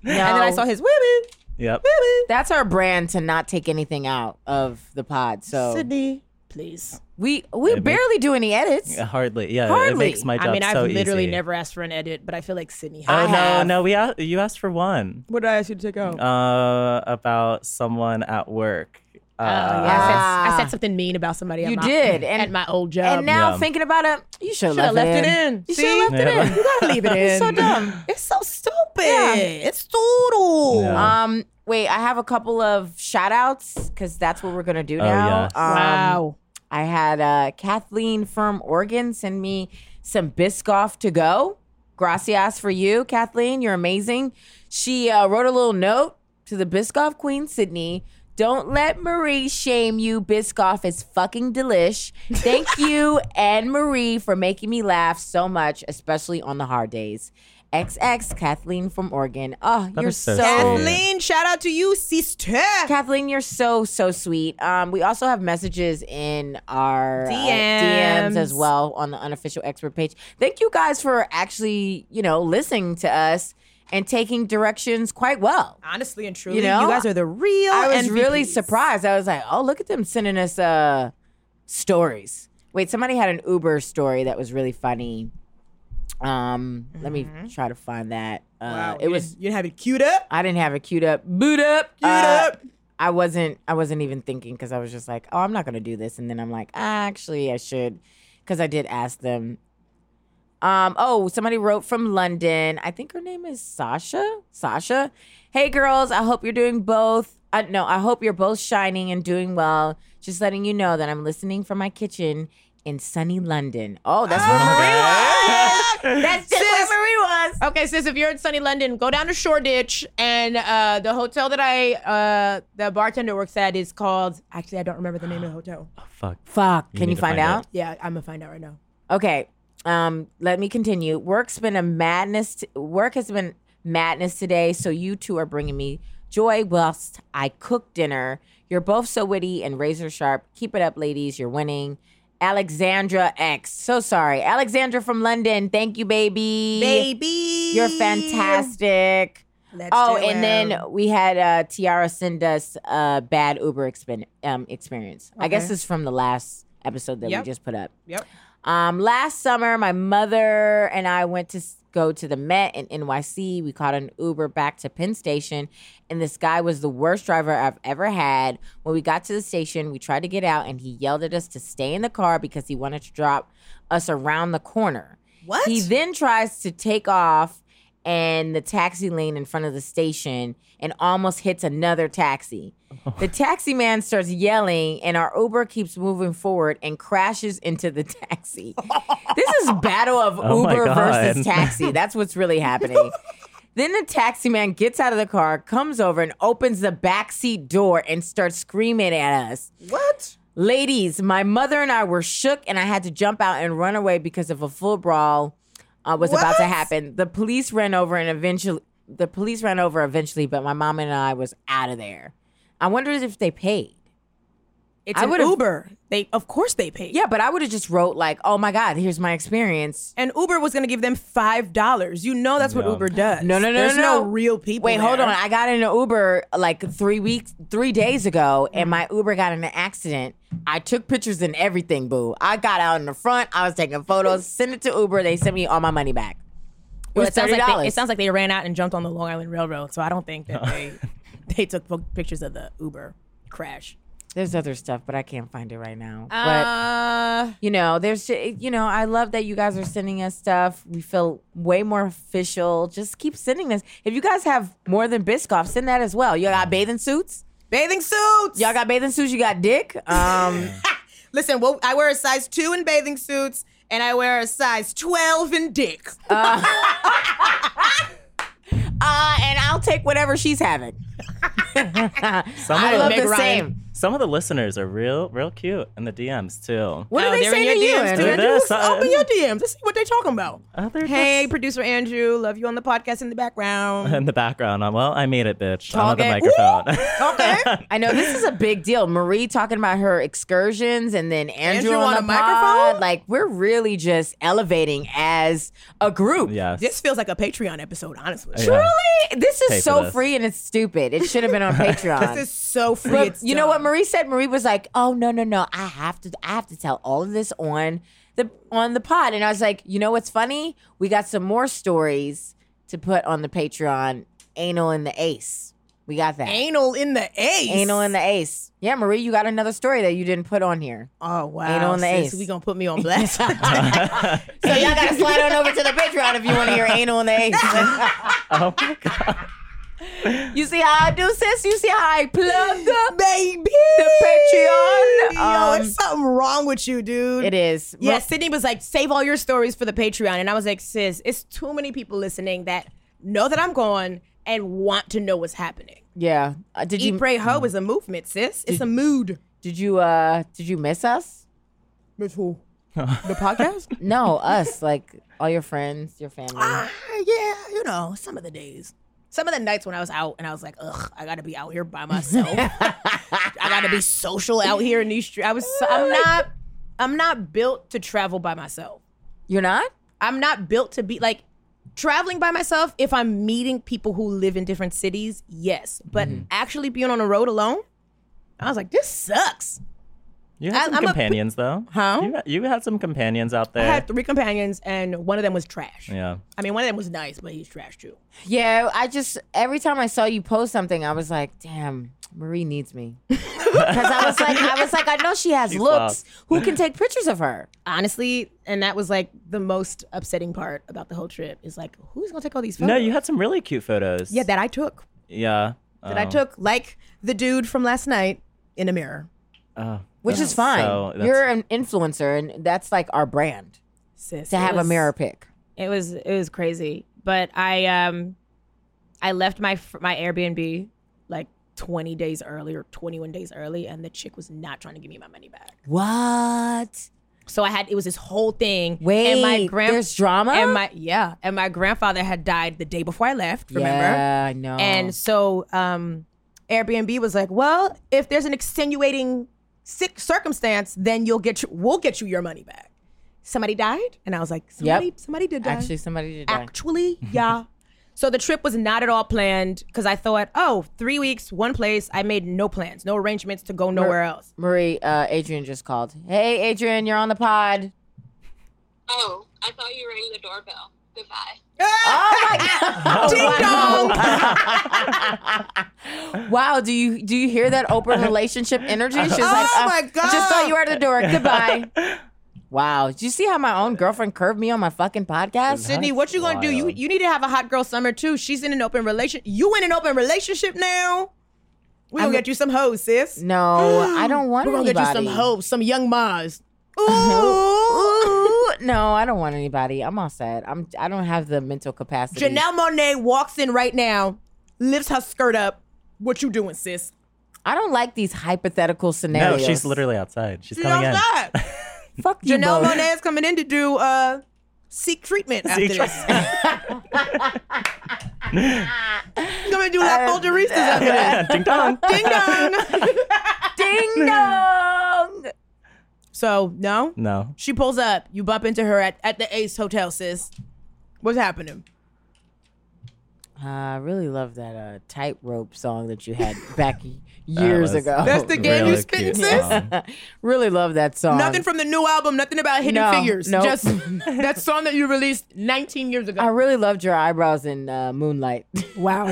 [SPEAKER 3] then I saw his women.
[SPEAKER 5] Yep.
[SPEAKER 2] That's our brand to not take anything out of the pod. So
[SPEAKER 3] Sydney, please.
[SPEAKER 2] we we
[SPEAKER 5] It
[SPEAKER 2] barely do any edits.
[SPEAKER 5] Yeah, Hardly. Yeah,
[SPEAKER 2] Hardly.
[SPEAKER 5] it makes my job
[SPEAKER 3] I mean,
[SPEAKER 5] so
[SPEAKER 3] I've literally
[SPEAKER 5] easy.
[SPEAKER 3] never asked for an edit, but I feel like Sydney.
[SPEAKER 5] Oh
[SPEAKER 3] Has.
[SPEAKER 5] no, no, we a- you asked for one.
[SPEAKER 3] What did I ask you to take out?
[SPEAKER 5] Uh, about someone at work. Uh,
[SPEAKER 3] Oh, yeah, I said- I, said, something mean about somebody.
[SPEAKER 2] You
[SPEAKER 3] at my,
[SPEAKER 2] did, and-
[SPEAKER 3] at my old job.
[SPEAKER 2] And now
[SPEAKER 5] Yeah.
[SPEAKER 2] thinking about it, you should
[SPEAKER 3] Shoulda
[SPEAKER 2] have
[SPEAKER 3] left it in.
[SPEAKER 2] You should
[SPEAKER 3] See?
[SPEAKER 2] have left it in.
[SPEAKER 3] you gotta leave it in.
[SPEAKER 2] It's so dumb.
[SPEAKER 3] It's so stupid.
[SPEAKER 2] Yeah.
[SPEAKER 3] It's total.
[SPEAKER 5] Yeah.
[SPEAKER 2] Um, wait, I have a couple of shout outs because that's what we're gonna do
[SPEAKER 5] Oh,
[SPEAKER 2] now.
[SPEAKER 5] yes.
[SPEAKER 2] Um,
[SPEAKER 3] wow.
[SPEAKER 2] I had uh, Kathleen from Oregon send me some Biscoff to go. Gracias for you, Kathleen. You're amazing. She uh, wrote a little note to the Biscoff Queen, Sydney. Don't let Marie shame you. Biscoff is fucking delish. Thank you and Marie for making me laugh so much, especially on the hard days. XX Kathleen from Oregon. Oh,
[SPEAKER 5] That
[SPEAKER 2] you're
[SPEAKER 5] is so
[SPEAKER 2] so
[SPEAKER 5] sweet. Kathleen,
[SPEAKER 3] shout out to you, sister.
[SPEAKER 2] Kathleen, you're so so sweet. Um, we also have messages in our uh,
[SPEAKER 3] DMs.
[SPEAKER 2] DMs as well on the unofficial expert page. Thank you guys for actually, you know, listening to us and taking directions quite well.
[SPEAKER 3] Honestly and truly,
[SPEAKER 2] You know,
[SPEAKER 3] you guys are the real.
[SPEAKER 2] I was
[SPEAKER 3] MVPs.
[SPEAKER 2] really surprised. I was like, oh, look at them sending us uh stories. Wait, somebody had an Uber story that was really funny. Um, let me try to find that. Uh,
[SPEAKER 3] Mm-hmm. Wow,
[SPEAKER 2] it was
[SPEAKER 3] you didn't have it queued up.
[SPEAKER 2] I didn't have it queued up. Boot up. Uh, Queued
[SPEAKER 3] up.
[SPEAKER 2] I wasn't. I wasn't even thinking because I was just like, oh, I'm not gonna do this, and then I'm like, ah, actually, I should, because I did ask them. Um. Oh, somebody wrote from London. I think her name is Sasha. Sasha. Hey, girls. I hope you're doing both. I, no, I hope you're both shining and doing well. Just letting you know that I'm listening from my kitchen in sunny London. Oh, that's where Marie was. That's just
[SPEAKER 3] Sis.
[SPEAKER 2] where Marie was.
[SPEAKER 3] Okay, sis, if you're in sunny London, go down to Shoreditch, and uh, the hotel that I, uh, the bartender works at, is called. Actually, I don't remember the name of the hotel.
[SPEAKER 5] Fuck.
[SPEAKER 2] Fuck.
[SPEAKER 5] You
[SPEAKER 2] Can
[SPEAKER 5] need
[SPEAKER 2] you
[SPEAKER 5] to
[SPEAKER 2] find,
[SPEAKER 5] find
[SPEAKER 2] out?
[SPEAKER 5] out.
[SPEAKER 3] Yeah, I'm gonna find out right now.
[SPEAKER 2] Okay. Um, let me continue. Work's been a madness. T- work has been madness today. So you two are bringing me joy whilst I cook dinner. You're both so witty and razor sharp. Keep it up, ladies. You're winning. Alexandra X. So sorry. Alexandra from London. Thank you, baby.
[SPEAKER 3] Baby,
[SPEAKER 2] You're fantastic. oh, and
[SPEAKER 3] um,
[SPEAKER 2] then we had uh, Tiara send us a bad Uber expen- um, experience. I guess
[SPEAKER 3] Okay.
[SPEAKER 2] it's from the last episode that we
[SPEAKER 3] Yep.
[SPEAKER 2] just put up.
[SPEAKER 3] Yep.
[SPEAKER 2] Um, last summer, my mother and I went to s- go to the Met in NYC. We caught an Uber back to Penn Station, and this guy was the worst driver I've ever had. When we got to the station, we tried to get out, and he yelled at us to stay in the car because he wanted to drop us around the corner.
[SPEAKER 3] What?
[SPEAKER 2] He then tries to take off and the taxi lane in front of the station and almost hits another taxi. The taxi man starts yelling, and our Uber keeps moving forward and crashes into the taxi. this is battle of
[SPEAKER 5] Oh my
[SPEAKER 2] Uber versus
[SPEAKER 5] God.
[SPEAKER 2] taxi. That's what's really happening. then the taxi man gets out of the car, comes over, and opens the backseat door and starts screaming at us.
[SPEAKER 3] What?
[SPEAKER 2] Ladies, my mother and I were shook, and I had to jump out and run away because of a full brawl uh, was about to
[SPEAKER 3] What?
[SPEAKER 2] happen. The police ran over, and eventually, the police ran over eventually. But my mom and I was out of there. I wonder if they paid.
[SPEAKER 3] It's
[SPEAKER 2] I
[SPEAKER 3] an
[SPEAKER 2] would've-
[SPEAKER 3] Uber. They, of course, they pay.
[SPEAKER 2] Yeah, but I would have just wrote like, "Oh my God, here's my experience."
[SPEAKER 3] And Uber was gonna give them five dollars. You know that's what
[SPEAKER 5] Yeah.
[SPEAKER 3] Uber does.
[SPEAKER 2] No, no, no,
[SPEAKER 3] There's
[SPEAKER 2] no,
[SPEAKER 3] no real people.
[SPEAKER 2] Wait, hold
[SPEAKER 3] there.
[SPEAKER 2] on. I got in an Uber like three weeks, three days ago, and my
[SPEAKER 3] Mm-hmm.
[SPEAKER 2] Uber got in an accident. I took pictures and everything, boo. I got out in the front. I was taking photos. sent it to Uber. They sent me all my money back. It
[SPEAKER 3] Well,
[SPEAKER 2] was
[SPEAKER 3] it sounds
[SPEAKER 2] thirty
[SPEAKER 3] like they,
[SPEAKER 2] dollars.
[SPEAKER 3] it sounds like they ran out and jumped on the Long Island Railroad. So I don't think that they they took po- pictures of the Uber crash.
[SPEAKER 2] there's other stuff, but I can't find it right now.
[SPEAKER 3] Uh,
[SPEAKER 2] but you know, there's you know, I love that you guys are sending us stuff. We feel way more official. Just keep sending this. If you guys have more than Biscoff, send that as well. You got bathing suits.
[SPEAKER 3] bathing suits.
[SPEAKER 2] Y'all got bathing suits. You got dick. Um,
[SPEAKER 3] Listen, well, I wear a size two in bathing suits, and I wear a size twelve in dick.
[SPEAKER 2] uh, and I'll take whatever she's having.
[SPEAKER 5] Someone,
[SPEAKER 2] I love
[SPEAKER 3] Meg
[SPEAKER 2] the
[SPEAKER 3] Ryan.
[SPEAKER 2] same.
[SPEAKER 5] Some of the listeners are real, real cute in the DMs too.
[SPEAKER 3] What are they saying to you?
[SPEAKER 5] Do this, uh,
[SPEAKER 3] Open your DMs. Let's see what they're talking about. hey,
[SPEAKER 5] just-
[SPEAKER 3] producer Andrew, love you on the podcast in the background.
[SPEAKER 5] in the background. I'm, well, I made it, bitch. I'm on the
[SPEAKER 2] Target.
[SPEAKER 5] microphone.
[SPEAKER 2] I know this is a big deal. Marie talking about her excursions, and then Andrew,
[SPEAKER 3] Andrew
[SPEAKER 2] on,
[SPEAKER 3] on
[SPEAKER 2] the
[SPEAKER 3] a
[SPEAKER 2] microphone. Like we're really just elevating as a group.
[SPEAKER 5] Yes.
[SPEAKER 3] This feels like a Patreon episode, honestly.
[SPEAKER 2] Truly, this
[SPEAKER 3] Pay for
[SPEAKER 2] is so
[SPEAKER 3] this.
[SPEAKER 2] free and it's stupid. It should have been on Patreon.
[SPEAKER 3] This is so free.
[SPEAKER 2] But
[SPEAKER 3] it's
[SPEAKER 2] you know what Marie said? Marie was like, "Oh no, no, no! I have to, I have to tell all of this on the on the pod." And I was like, "You know what's funny? We got some more stories to put on the Patreon. Anal in the Ace. We got that.
[SPEAKER 3] Anal in the Ace.
[SPEAKER 2] Anal in the Ace. Yeah, Marie, you got another story that you didn't put on here.
[SPEAKER 3] Oh wow!
[SPEAKER 2] Anal in the
[SPEAKER 3] sis,
[SPEAKER 2] Ace.
[SPEAKER 3] We gonna put me on blast.
[SPEAKER 2] so y'all gotta slide on over to the Patreon if you want to hear Anal in the Ace.
[SPEAKER 5] Oh,
[SPEAKER 2] You see how I do, sis? You see how I plug the
[SPEAKER 3] baby
[SPEAKER 2] the Patreon?
[SPEAKER 3] Yo,
[SPEAKER 2] Um,
[SPEAKER 3] it's something wrong with you, dude.
[SPEAKER 2] It is.
[SPEAKER 3] Yeah,
[SPEAKER 2] Mo-
[SPEAKER 3] Sydney was like, save all your stories for the Patreon. And I was like, sis, it's too many people listening that know that I'm gone and want to know what's happening.
[SPEAKER 2] yeah. Uh, did
[SPEAKER 3] Eat,
[SPEAKER 2] you
[SPEAKER 3] Pray, Ho is a movement, sis. It's a mood.
[SPEAKER 2] Did you uh did you miss us?
[SPEAKER 3] Miss who? The podcast?
[SPEAKER 2] No, us. Like all your friends, your family.
[SPEAKER 3] Uh, yeah, you know, some of the days. Some of the nights when I was out and I was like, ugh, I gotta be out here by myself. I gotta be social out here in these streets. I was so, I'm not I'm not built to travel by myself.
[SPEAKER 2] You're not?
[SPEAKER 3] I'm not built to be like traveling by myself if I'm meeting people who live in different cities, yes. But actually being on the road alone, I was like, this sucks.
[SPEAKER 5] You had
[SPEAKER 3] I-
[SPEAKER 5] some
[SPEAKER 3] I'm a-
[SPEAKER 5] companions, though.
[SPEAKER 3] Huh?
[SPEAKER 5] You, had- you had some companions out
[SPEAKER 3] I
[SPEAKER 5] there.
[SPEAKER 3] had three companions and one of them was trash.
[SPEAKER 5] yeah.
[SPEAKER 3] I mean, one of them was nice, but he's trash too.
[SPEAKER 2] Yeah, I just every time I saw you post something, I was like, damn, Marie needs me. Because I was like, I was like, I know she has
[SPEAKER 3] She's
[SPEAKER 2] looks.
[SPEAKER 3] wild.
[SPEAKER 2] Who can take pictures of her?
[SPEAKER 3] Honestly, and that was like the most upsetting part about the whole trip is like, who's gonna take all these photos?
[SPEAKER 5] No, you had some really cute photos.
[SPEAKER 3] yeah, that I took.
[SPEAKER 5] Yeah.
[SPEAKER 3] That I
[SPEAKER 5] Oh.
[SPEAKER 3] took, like the dude from last night in a mirror.
[SPEAKER 5] Oh,
[SPEAKER 2] Which is
[SPEAKER 5] that's
[SPEAKER 2] fine.
[SPEAKER 5] so- that's-
[SPEAKER 2] You're an influencer and that's like our brand.
[SPEAKER 3] Sis,
[SPEAKER 2] to
[SPEAKER 3] it
[SPEAKER 2] have a
[SPEAKER 3] was-
[SPEAKER 2] mirror pick.
[SPEAKER 3] It was it was crazy, but I um I left my fr- my Airbnb like 20 days early or 21 days early and the chick was not trying to give me my money back.
[SPEAKER 2] What?
[SPEAKER 3] So I had it was this whole thing.
[SPEAKER 2] Wait,
[SPEAKER 3] and my grand-
[SPEAKER 2] there's drama?
[SPEAKER 3] And my yeah, and my grandfather had died the day before I left. Remember?
[SPEAKER 2] Yeah, I know.
[SPEAKER 3] And so um, Airbnb was like, well, if there's an extenuating sick circumstance, then you'll get you, we'll get you your money back. Somebody died, and I was like, somebody, somebody did die.
[SPEAKER 2] Actually, somebody did die.
[SPEAKER 3] Actually, yeah. so the trip was not at all planned because I thought, oh, three weeks, one place. I made no plans, no arrangements to go nowhere
[SPEAKER 2] Mar-
[SPEAKER 3] else.
[SPEAKER 2] Marie, uh, Adrian just called. Hey, Adrian, you're on the pod.
[SPEAKER 1] Oh, I thought you rang the doorbell. Goodbye.
[SPEAKER 2] Wow, do you do you hear that open relationship energy? She's
[SPEAKER 3] Oh
[SPEAKER 2] like, uh,
[SPEAKER 3] my God.
[SPEAKER 2] Just saw you out of the door. Goodbye. wow. Did you see how my own girlfriend curved me on my fucking podcast?
[SPEAKER 3] Sydney, what you gonna do? You you need to have a hot girl summer too. She's in an open relationship. You in an open relationship now? We gonna
[SPEAKER 2] I'm-
[SPEAKER 3] get you some hoes, sis.
[SPEAKER 2] No, I don't want
[SPEAKER 3] We're gonna get you
[SPEAKER 2] anybody.
[SPEAKER 3] some hoes, some young mas.
[SPEAKER 2] Ooh. no, I don't want anybody. I'm all set. I'm I don't have the mental capacity.
[SPEAKER 3] Janelle Monet walks in right now, lifts her skirt up. What you doing, sis?
[SPEAKER 2] I don't like these hypothetical
[SPEAKER 5] No,
[SPEAKER 2] scenarios.
[SPEAKER 5] she's literally outside. She's
[SPEAKER 3] You
[SPEAKER 5] coming
[SPEAKER 3] know
[SPEAKER 5] in.
[SPEAKER 3] that?
[SPEAKER 2] Fuck you
[SPEAKER 3] Janelle
[SPEAKER 2] both.
[SPEAKER 3] Monet is coming in to do uh seek treatment after
[SPEAKER 5] Seek
[SPEAKER 3] this. She's gonna do like uh, baristas after this.
[SPEAKER 5] Ding dong.
[SPEAKER 3] Ding dong.
[SPEAKER 2] Ding dong.
[SPEAKER 3] So no,
[SPEAKER 5] No.
[SPEAKER 3] she pulls up. You bump into her at, at the Ace Hotel, sis. What's happening?
[SPEAKER 2] Uh, I really love that uh, tightrope song that you had back years
[SPEAKER 3] was
[SPEAKER 2] ago.
[SPEAKER 3] That's the game you really spit, cute sis?
[SPEAKER 2] really love that song.
[SPEAKER 3] Nothing from the new album. Nothing about hidden
[SPEAKER 2] No,
[SPEAKER 3] figures.
[SPEAKER 2] nope.
[SPEAKER 3] Just that song that you released 19 years ago.
[SPEAKER 2] I really loved your eyebrows in uh, Moonlight.
[SPEAKER 3] Wow.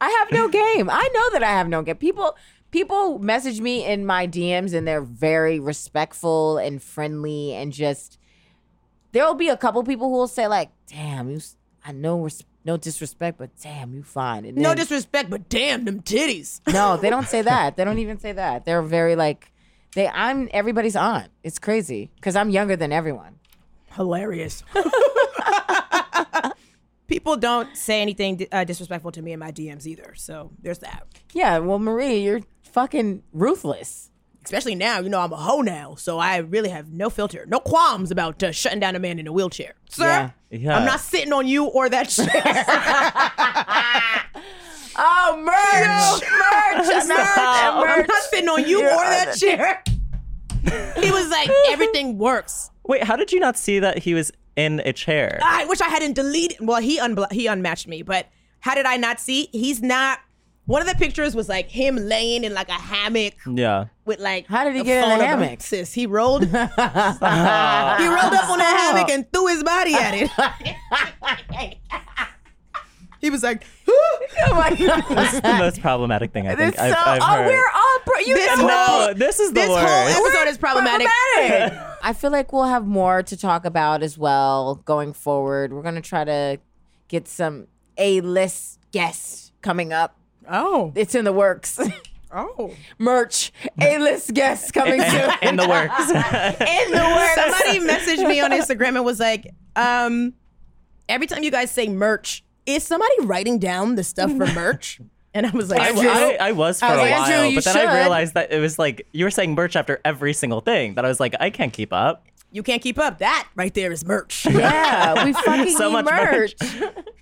[SPEAKER 2] I have no game. I know that I have no game. People people message me in my DMs and they're very respectful and friendly and just there'll be a couple people who will say like, "Damn, you s- I know res- no disrespect, but damn, you fine." And
[SPEAKER 3] no
[SPEAKER 2] then-
[SPEAKER 3] disrespect, but damn them titties.
[SPEAKER 2] No, they don't say that. They don't even say that. They're very like they I'm everybody's aunt. It's crazy cuz I'm younger than everyone.
[SPEAKER 3] Hilarious. People don't say anything uh, disrespectful to me in my DMs either. So there's that.
[SPEAKER 2] Yeah, well Marie, you're fucking ruthless.
[SPEAKER 3] Especially now, you know, I'm a hoe now, so I really have no filter, no qualms about uh, shutting down a man in a wheelchair. Sir,
[SPEAKER 5] Yeah.
[SPEAKER 3] I'm not sitting on you or that chair.
[SPEAKER 2] Oh, merch, merch,
[SPEAKER 3] Stop.
[SPEAKER 2] merch,
[SPEAKER 3] I'm not sitting on you
[SPEAKER 2] You're
[SPEAKER 3] or
[SPEAKER 2] on
[SPEAKER 3] that
[SPEAKER 2] the-
[SPEAKER 3] chair. He was like, everything works.
[SPEAKER 5] Wait, how did you not see that he was in a chair?
[SPEAKER 3] I wish I hadn't deleted. Well, he unblo- he unmatched me, but how did I not see? He's not. One of the pictures was like him laying in like a hammock
[SPEAKER 5] Yeah.
[SPEAKER 3] with like.
[SPEAKER 2] How did he
[SPEAKER 3] a
[SPEAKER 2] get in a
[SPEAKER 3] phone above-
[SPEAKER 2] hammock?
[SPEAKER 3] Sis, he rolled. he rolled up on a hammock and threw his body at it. he was like,
[SPEAKER 2] oh my
[SPEAKER 5] This is the
[SPEAKER 2] god.
[SPEAKER 5] most problematic thing I
[SPEAKER 2] This
[SPEAKER 5] think
[SPEAKER 2] so
[SPEAKER 5] I've, I've
[SPEAKER 2] oh
[SPEAKER 5] heard.
[SPEAKER 2] we're all pro- you
[SPEAKER 3] uh, This
[SPEAKER 2] know
[SPEAKER 3] whole-
[SPEAKER 5] no, this is the
[SPEAKER 3] this whole
[SPEAKER 5] worst.
[SPEAKER 3] episode is problematic.
[SPEAKER 2] problematic. I feel like we'll have more to talk about as well going forward. We're gonna try to get some A list guests coming up.
[SPEAKER 3] Oh,
[SPEAKER 2] It's in the works.
[SPEAKER 3] oh.
[SPEAKER 2] Merch, A list guests coming soon.
[SPEAKER 5] in the works.
[SPEAKER 2] in the works.
[SPEAKER 3] Somebody messaged me on Instagram and was like, um, every time you guys say merch, is somebody writing down the stuff for merch? And I was like,
[SPEAKER 5] I,
[SPEAKER 3] "Well,
[SPEAKER 5] I, I was for
[SPEAKER 2] I was
[SPEAKER 5] a
[SPEAKER 2] like,
[SPEAKER 5] while,
[SPEAKER 2] Andrew, you
[SPEAKER 5] but then
[SPEAKER 2] should.
[SPEAKER 5] I realized that it was like you were saying merch after every single thing that I was like, I can't keep up.
[SPEAKER 3] you can't keep up. That right there is merch.
[SPEAKER 2] Yeah, we fucking
[SPEAKER 5] So
[SPEAKER 2] need
[SPEAKER 5] much
[SPEAKER 2] merch.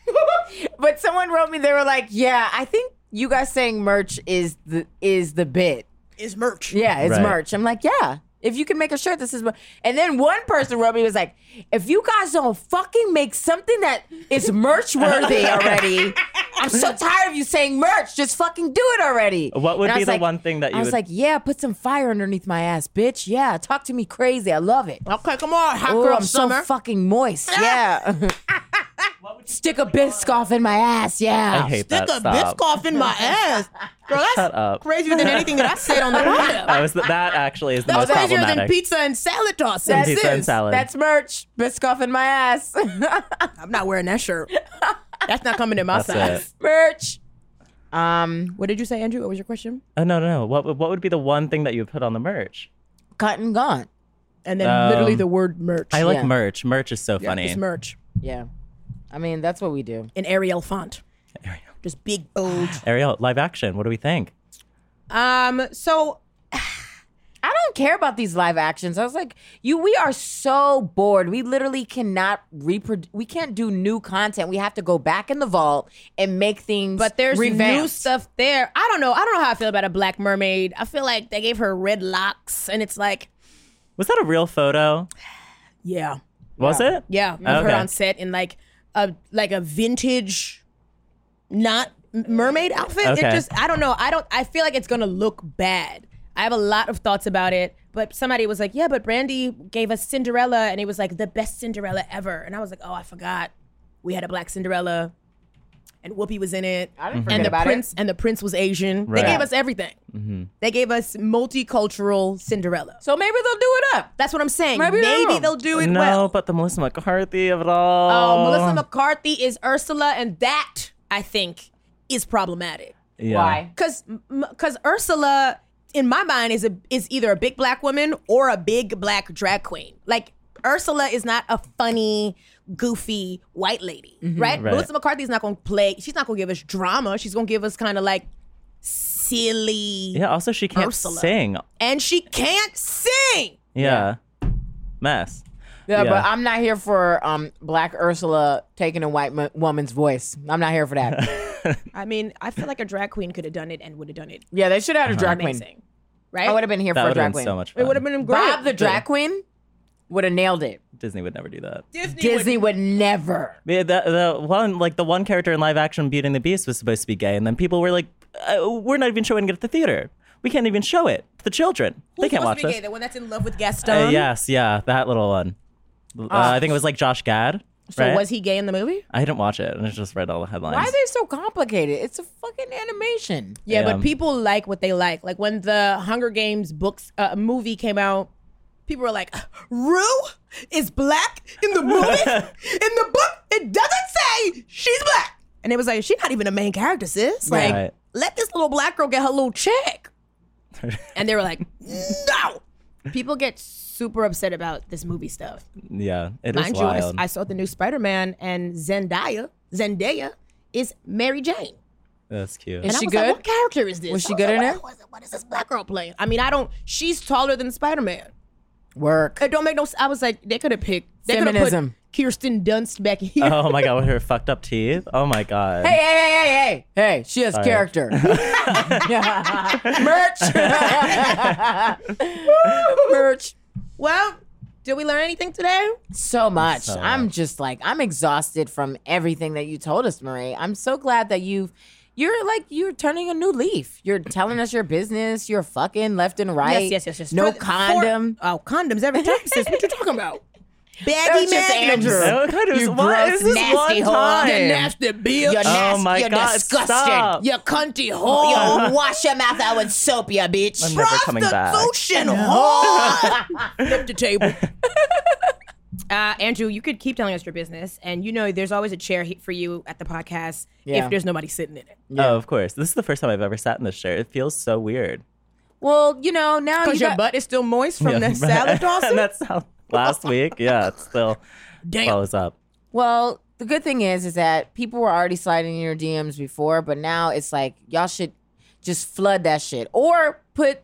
[SPEAKER 2] but someone wrote me. They were like, "Yeah, I think you guys saying merch is the is the bit.
[SPEAKER 3] Is merch.
[SPEAKER 2] Yeah, it's
[SPEAKER 5] Right.
[SPEAKER 2] merch." I'm like, "Yeah." If you can make a shirt, this is what. And then one person wrote me was like, "If you guys don't fucking make something that is merch worthy already, I'm so tired of you saying merch. Just fucking do it already."
[SPEAKER 5] What would
[SPEAKER 2] And I
[SPEAKER 5] be
[SPEAKER 2] was
[SPEAKER 5] the
[SPEAKER 2] like-
[SPEAKER 5] one thing that you
[SPEAKER 2] I was
[SPEAKER 5] would-
[SPEAKER 2] like, "Yeah, put some fire underneath my ass, bitch. Yeah, talk to me crazy. I love it."
[SPEAKER 3] Okay, come on, hot
[SPEAKER 2] Oh,
[SPEAKER 3] girl
[SPEAKER 2] I'm
[SPEAKER 3] summer. Ah!
[SPEAKER 2] so fucking moist. Yeah. Stick a Biscoff in my ass. Yeah.
[SPEAKER 5] I hate
[SPEAKER 3] Stick
[SPEAKER 5] that.
[SPEAKER 3] a
[SPEAKER 5] Stop.
[SPEAKER 3] bisc off in my ass, girl. That's
[SPEAKER 5] Shut up.
[SPEAKER 3] crazier than anything that I said on the podcast.
[SPEAKER 5] That was the, that actually is the
[SPEAKER 3] That was
[SPEAKER 5] most
[SPEAKER 3] crazier
[SPEAKER 5] problematic.
[SPEAKER 3] than pizza and salad toss.
[SPEAKER 5] Than
[SPEAKER 3] That's
[SPEAKER 5] pizza and
[SPEAKER 3] it.
[SPEAKER 5] salad.
[SPEAKER 2] That's merch. Biscoff in my ass.
[SPEAKER 3] I'm not wearing that shirt. That's not coming in my
[SPEAKER 5] That's
[SPEAKER 3] size.
[SPEAKER 5] it.
[SPEAKER 2] merch. Um,
[SPEAKER 3] What did you say, Andrew? What was your question?
[SPEAKER 5] Oh no, no, no. What would- what would be the one thing that you would put on the merch?
[SPEAKER 2] cut and gone.
[SPEAKER 3] And then
[SPEAKER 5] Um,
[SPEAKER 3] literally the word merch.
[SPEAKER 5] I like
[SPEAKER 2] Yeah.
[SPEAKER 5] merch. Merch is so funny.
[SPEAKER 3] It's merch
[SPEAKER 2] Yeah. I mean, that's what we do.
[SPEAKER 3] in Arial font.
[SPEAKER 5] Arial.
[SPEAKER 3] Just big bold.
[SPEAKER 5] Ariel, live action. What do we think?
[SPEAKER 3] Um. So
[SPEAKER 2] I don't care about these live actions. I was like, you we are so bored. We literally cannot reproduce we can't do new content. We have to go back in the vault and make things
[SPEAKER 3] But there's new
[SPEAKER 2] revamped.
[SPEAKER 3] stuff there. I don't know. I don't know how I feel about a black mermaid. I feel like they gave her red locks, and it's like,
[SPEAKER 5] Was that a real photo?
[SPEAKER 3] yeah,
[SPEAKER 5] Was it?
[SPEAKER 3] yeah, of her
[SPEAKER 5] Okay.
[SPEAKER 3] on set in like a like a vintage, not m- mermaid outfit. It
[SPEAKER 5] Okay.
[SPEAKER 3] just, I don't know. I don't. I feel like it's gonna look bad. I have a lot of thoughts about it. But somebody was like, yeah, but Brandy gave us Cinderella, and it was like the best Cinderella ever. And I was like, oh, I forgot. We had a black Cinderella, and Whoopi was in it.
[SPEAKER 2] I
[SPEAKER 5] Mm-hmm.
[SPEAKER 2] didn't forget
[SPEAKER 3] and the
[SPEAKER 2] about
[SPEAKER 3] prince and the prince was Asian.
[SPEAKER 5] Right.
[SPEAKER 3] They gave us everything. They gave us multicultural Cinderella.
[SPEAKER 2] it. So maybe they'll do it up.
[SPEAKER 3] That's what I'm saying.
[SPEAKER 2] Maybe
[SPEAKER 3] Maybe,
[SPEAKER 2] they will.
[SPEAKER 3] they'll do it
[SPEAKER 5] no, uh,
[SPEAKER 3] well.
[SPEAKER 5] but the Melissa McCarthy of it all.
[SPEAKER 3] Oh, Melissa McCarthy is Ursula, and that I think is problematic.
[SPEAKER 5] Yeah.
[SPEAKER 2] Why?
[SPEAKER 3] Cause, m- cause Ursula, in my mind, is a is either a big black woman or a big black drag queen. Like Ursula is not a funny, goofy white lady, right?
[SPEAKER 5] Mm-hmm. Right.
[SPEAKER 3] Melissa McCarthy's not gonna play. She's not gonna give us drama. She's gonna give us kind of like silly,
[SPEAKER 5] Yeah. Also, she can't
[SPEAKER 3] Ursula.
[SPEAKER 5] sing. Yeah.
[SPEAKER 3] and she can't sing.
[SPEAKER 5] Mess.
[SPEAKER 2] Yeah,
[SPEAKER 5] Yeah.
[SPEAKER 2] but I'm not here for um black Ursula taking a white mo- woman's voice. I'm not here for that.
[SPEAKER 3] I mean, I feel like a drag queen could have done it and would have done it
[SPEAKER 2] yeah, they should have had a drag queen.
[SPEAKER 3] amazing, right?
[SPEAKER 2] I would have been here
[SPEAKER 5] Uh-huh.
[SPEAKER 2] for
[SPEAKER 5] That
[SPEAKER 2] a
[SPEAKER 5] would
[SPEAKER 2] drag
[SPEAKER 5] have
[SPEAKER 2] queen.
[SPEAKER 5] been so much fun.
[SPEAKER 3] It would have been great.
[SPEAKER 2] Bob the drag queen would have nailed it.
[SPEAKER 5] Disney would never do that.
[SPEAKER 3] Disney.
[SPEAKER 2] Disney would never.
[SPEAKER 5] Yeah, the, the one like the one character in live action Beauty and the Beast was supposed to be gay, and then people were like, uh, "We're not even showing it at the theater. We can't even show it to the children. they
[SPEAKER 3] Who's
[SPEAKER 5] can't
[SPEAKER 3] supposed
[SPEAKER 5] watch
[SPEAKER 3] to be gay?
[SPEAKER 5] this."
[SPEAKER 3] The one that's in love with
[SPEAKER 5] Uh,
[SPEAKER 3] Gaston.
[SPEAKER 5] yes, yeah, that little one. Uh, I think it was like Josh Gad.
[SPEAKER 3] Ah. So
[SPEAKER 5] right?
[SPEAKER 3] was he gay in the movie?
[SPEAKER 5] I didn't watch it, and I just read all the headlines.
[SPEAKER 2] Why are they so complicated? It's a fucking animation.
[SPEAKER 3] Yeah,
[SPEAKER 5] Yeah.
[SPEAKER 3] but people like what they like. Like when the Hunger Games books uh, movie came out, people were like, "Rue is black in the movie. in the book, it doesn't say she's black." And it was like, "She's not even a main character, sis. Like,
[SPEAKER 5] Right.
[SPEAKER 3] let this little black girl get her little check." and they were like, "No." People get super upset about this movie stuff.
[SPEAKER 5] yeah, it is
[SPEAKER 3] Mind you, I,
[SPEAKER 5] wild.
[SPEAKER 3] I saw the new Spider Man and Zendaya. Zendaya is Mary Jane.
[SPEAKER 5] That's cute.
[SPEAKER 8] And I was like, what character is this?
[SPEAKER 2] Was she
[SPEAKER 8] I
[SPEAKER 2] good
[SPEAKER 8] like,
[SPEAKER 2] in
[SPEAKER 8] what-
[SPEAKER 2] it?
[SPEAKER 8] What, is- what is this black girl playing? I mean, I don't. She's taller than Spider Man.
[SPEAKER 2] Work.
[SPEAKER 8] It don't make no. s- I was like, they could have picked. They could have put
[SPEAKER 2] Feminism.
[SPEAKER 8] Kirsten Dunst back in here.
[SPEAKER 5] Oh my god, with her fucked up teeth. Oh my god.
[SPEAKER 2] Hey, hey, hey, hey, hey, hey! She has
[SPEAKER 5] Sorry.
[SPEAKER 2] character. Merch. Merch.
[SPEAKER 8] Well, did we learn anything today?
[SPEAKER 2] So much.
[SPEAKER 8] So
[SPEAKER 2] I'm just like I'm exhausted from everything that you told us, Marie. I'm so glad that you've you're like you're turning a new leaf. You're telling us your business. You're fucking left and right.
[SPEAKER 8] Yes, yes, yes, yes.
[SPEAKER 2] No
[SPEAKER 8] For- for-
[SPEAKER 2] condom.
[SPEAKER 8] oh, condoms every time. Sis, what you talking about? Baggy
[SPEAKER 2] That's just
[SPEAKER 8] magnums.
[SPEAKER 2] Andrew.
[SPEAKER 5] Oh
[SPEAKER 2] That was-
[SPEAKER 8] You
[SPEAKER 2] what
[SPEAKER 8] gross,
[SPEAKER 2] is this
[SPEAKER 8] nasty whore.
[SPEAKER 2] one time?
[SPEAKER 8] You nasty bitch.
[SPEAKER 2] You're nasty.
[SPEAKER 5] Oh my
[SPEAKER 2] you're
[SPEAKER 5] God,
[SPEAKER 2] disgusting.
[SPEAKER 5] stop.
[SPEAKER 2] You cunty whore. you wash your mouth out with soap, you bitch.
[SPEAKER 5] I'm never coming back.
[SPEAKER 8] Prostitution
[SPEAKER 3] whore.
[SPEAKER 8] Flip the table.
[SPEAKER 3] Uh, Andrew, you could keep telling us your business, and you know there's always a chair he- for you at the podcast
[SPEAKER 5] Yeah.
[SPEAKER 3] if there's nobody sitting in it.
[SPEAKER 5] Oh, of course. This is the first time I've ever sat in this chair. It feels so weird.
[SPEAKER 2] Well, you know now
[SPEAKER 3] because
[SPEAKER 2] you
[SPEAKER 3] your
[SPEAKER 2] got-
[SPEAKER 3] butt is still moist from
[SPEAKER 5] Yeah.
[SPEAKER 3] the salad tossing.
[SPEAKER 5] And that's how- Last week, yeah, it still
[SPEAKER 3] Damn.
[SPEAKER 5] follows up.
[SPEAKER 2] Well, the good thing is, is that people were already sliding in your DMs before, but now it's like y'all should just flood that shit or put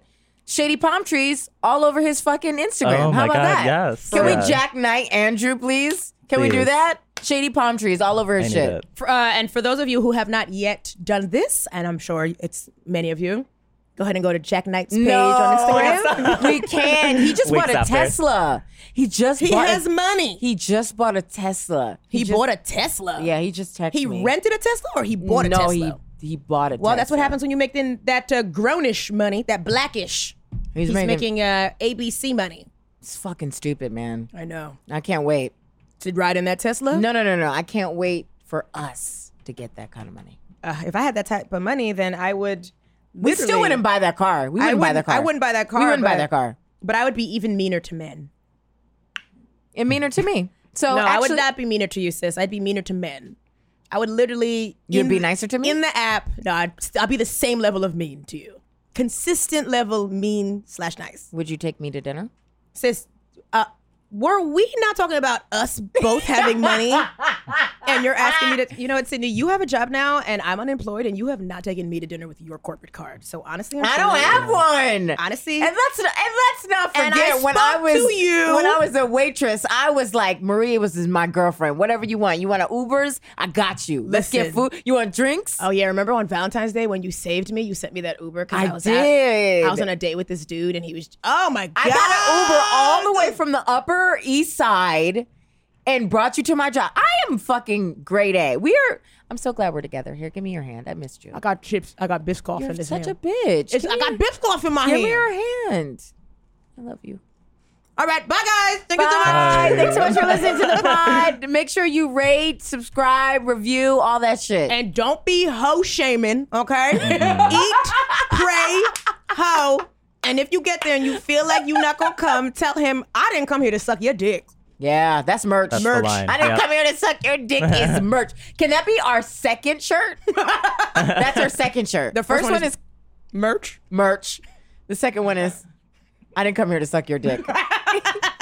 [SPEAKER 2] shady palm trees all over his fucking Instagram.
[SPEAKER 5] Oh
[SPEAKER 2] How about
[SPEAKER 5] my God,
[SPEAKER 2] that?
[SPEAKER 5] yes.
[SPEAKER 2] Can
[SPEAKER 5] Yeah.
[SPEAKER 2] we Jack Knight Andrew, please? Can we do
[SPEAKER 5] Please.
[SPEAKER 2] that? Shady palm trees all over his shit.
[SPEAKER 3] For, uh, and for those of you who have not yet done this, and I'm sure it's many of you, go ahead and go to Jack Knight's page on Instagram.
[SPEAKER 2] we can. He just
[SPEAKER 3] Weeks
[SPEAKER 2] bought a
[SPEAKER 3] after.
[SPEAKER 2] Tesla. He just
[SPEAKER 3] He
[SPEAKER 2] bought
[SPEAKER 3] has
[SPEAKER 8] money.
[SPEAKER 2] He just bought a Tesla.
[SPEAKER 3] He
[SPEAKER 2] just-
[SPEAKER 3] bought a Tesla?
[SPEAKER 2] Yeah, he just texted
[SPEAKER 3] He
[SPEAKER 2] me.
[SPEAKER 3] rented a Tesla or he bought a
[SPEAKER 2] no,
[SPEAKER 3] Tesla?
[SPEAKER 2] he he bought a
[SPEAKER 3] well,
[SPEAKER 2] Tesla.
[SPEAKER 3] that's what happens when you make then that uh, grownish money, that blackish.
[SPEAKER 2] He's
[SPEAKER 3] He's,
[SPEAKER 2] making-
[SPEAKER 3] making uh, ABC money.
[SPEAKER 2] It's fucking stupid, man.
[SPEAKER 3] I know.
[SPEAKER 2] I can't wait.
[SPEAKER 3] To ride in that Tesla?
[SPEAKER 2] No, no, no, no. I can't wait for us to get that kind of money.
[SPEAKER 3] Uh, if I had that type of money, then I would.
[SPEAKER 2] We still
[SPEAKER 3] literally-
[SPEAKER 2] wouldn't buy that car. We
[SPEAKER 3] I
[SPEAKER 2] wouldn't, buy that car.
[SPEAKER 3] I wouldn't buy that car.
[SPEAKER 2] We wouldn't buy
[SPEAKER 3] but-
[SPEAKER 2] that car.
[SPEAKER 3] But I would be even meaner to men.
[SPEAKER 2] It meaner to me. So
[SPEAKER 3] no, I would
[SPEAKER 2] actually-
[SPEAKER 3] not be meaner to you, sis. I'd be meaner to men. I would literally.
[SPEAKER 2] You'd
[SPEAKER 3] in-
[SPEAKER 2] be nicer to me?
[SPEAKER 3] in the app. No, I'd, I'd be the same level of mean to you. Consistent level mean slash nice,
[SPEAKER 2] Would you take me to dinner?
[SPEAKER 3] sis. Uh, were we not talking about us both having money? and you're asking me to, you know, what, Sydney, you have a job now, and I'm unemployed, and you have not taken me to dinner with your corporate card. So honestly, I'm
[SPEAKER 2] I don't
[SPEAKER 3] sorry.
[SPEAKER 2] have one.
[SPEAKER 3] Honestly,
[SPEAKER 2] and let's and let's not
[SPEAKER 3] And I
[SPEAKER 2] forget when I
[SPEAKER 3] spoke
[SPEAKER 2] was
[SPEAKER 3] to you.
[SPEAKER 2] when I was a waitress, I was like Maria was is my girlfriend. Whatever you want, you want a Ubers, I got you. Let's get
[SPEAKER 3] Listen.
[SPEAKER 2] food. You want drinks?
[SPEAKER 3] Oh yeah, remember on Valentine's Day when you saved me? You sent me that Uber because
[SPEAKER 2] I
[SPEAKER 3] I, was
[SPEAKER 2] did.
[SPEAKER 3] Out, I was on a date with this dude and he was. Oh my god!
[SPEAKER 2] I got an Uber all the way from the Upper East Side and brought you to my job. I am fucking great A. We are. I'm so glad we're together. Here, give me your hand. I missed you. I
[SPEAKER 3] got chips. I got Biscoff
[SPEAKER 2] You're
[SPEAKER 3] in this
[SPEAKER 2] such
[SPEAKER 3] hand.
[SPEAKER 2] a bitch.
[SPEAKER 3] It's- I got Biscoff in my
[SPEAKER 2] give
[SPEAKER 3] hand.
[SPEAKER 2] me your hand. I love you.
[SPEAKER 3] All right, bye guys. Thank you so
[SPEAKER 2] Bye.
[SPEAKER 3] much.
[SPEAKER 2] Thanks so much for listening to the pod. Make sure you rate, subscribe, review, all that shit.
[SPEAKER 3] And don't be hoe shaming, okay? Eat, pray, hoe. And if you get there and you feel like you're not gonna come, tell him I didn't come here to suck your dick.
[SPEAKER 2] Yeah, that's merch.
[SPEAKER 3] That's the
[SPEAKER 2] merch.
[SPEAKER 3] line.
[SPEAKER 2] I didn't
[SPEAKER 3] Yeah.
[SPEAKER 2] come here to suck your dick. Is merch. Can that be our second shirt? that's our second shirt. The first, one, is,
[SPEAKER 3] merch.
[SPEAKER 2] Merch. The second one is I didn't come here to suck your dick.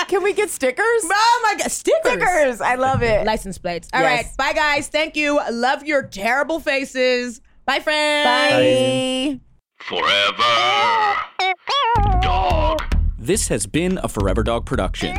[SPEAKER 2] Can we get stickers? Oh
[SPEAKER 3] my god, stickers!
[SPEAKER 2] Stickers. I love it.
[SPEAKER 3] License plates. All right,
[SPEAKER 2] Yes.
[SPEAKER 3] bye guys. Thank you. Love your terrible faces. Bye,
[SPEAKER 2] Bye.
[SPEAKER 3] friends.
[SPEAKER 1] Forever. Dog.
[SPEAKER 7] This has been a Forever Dog production.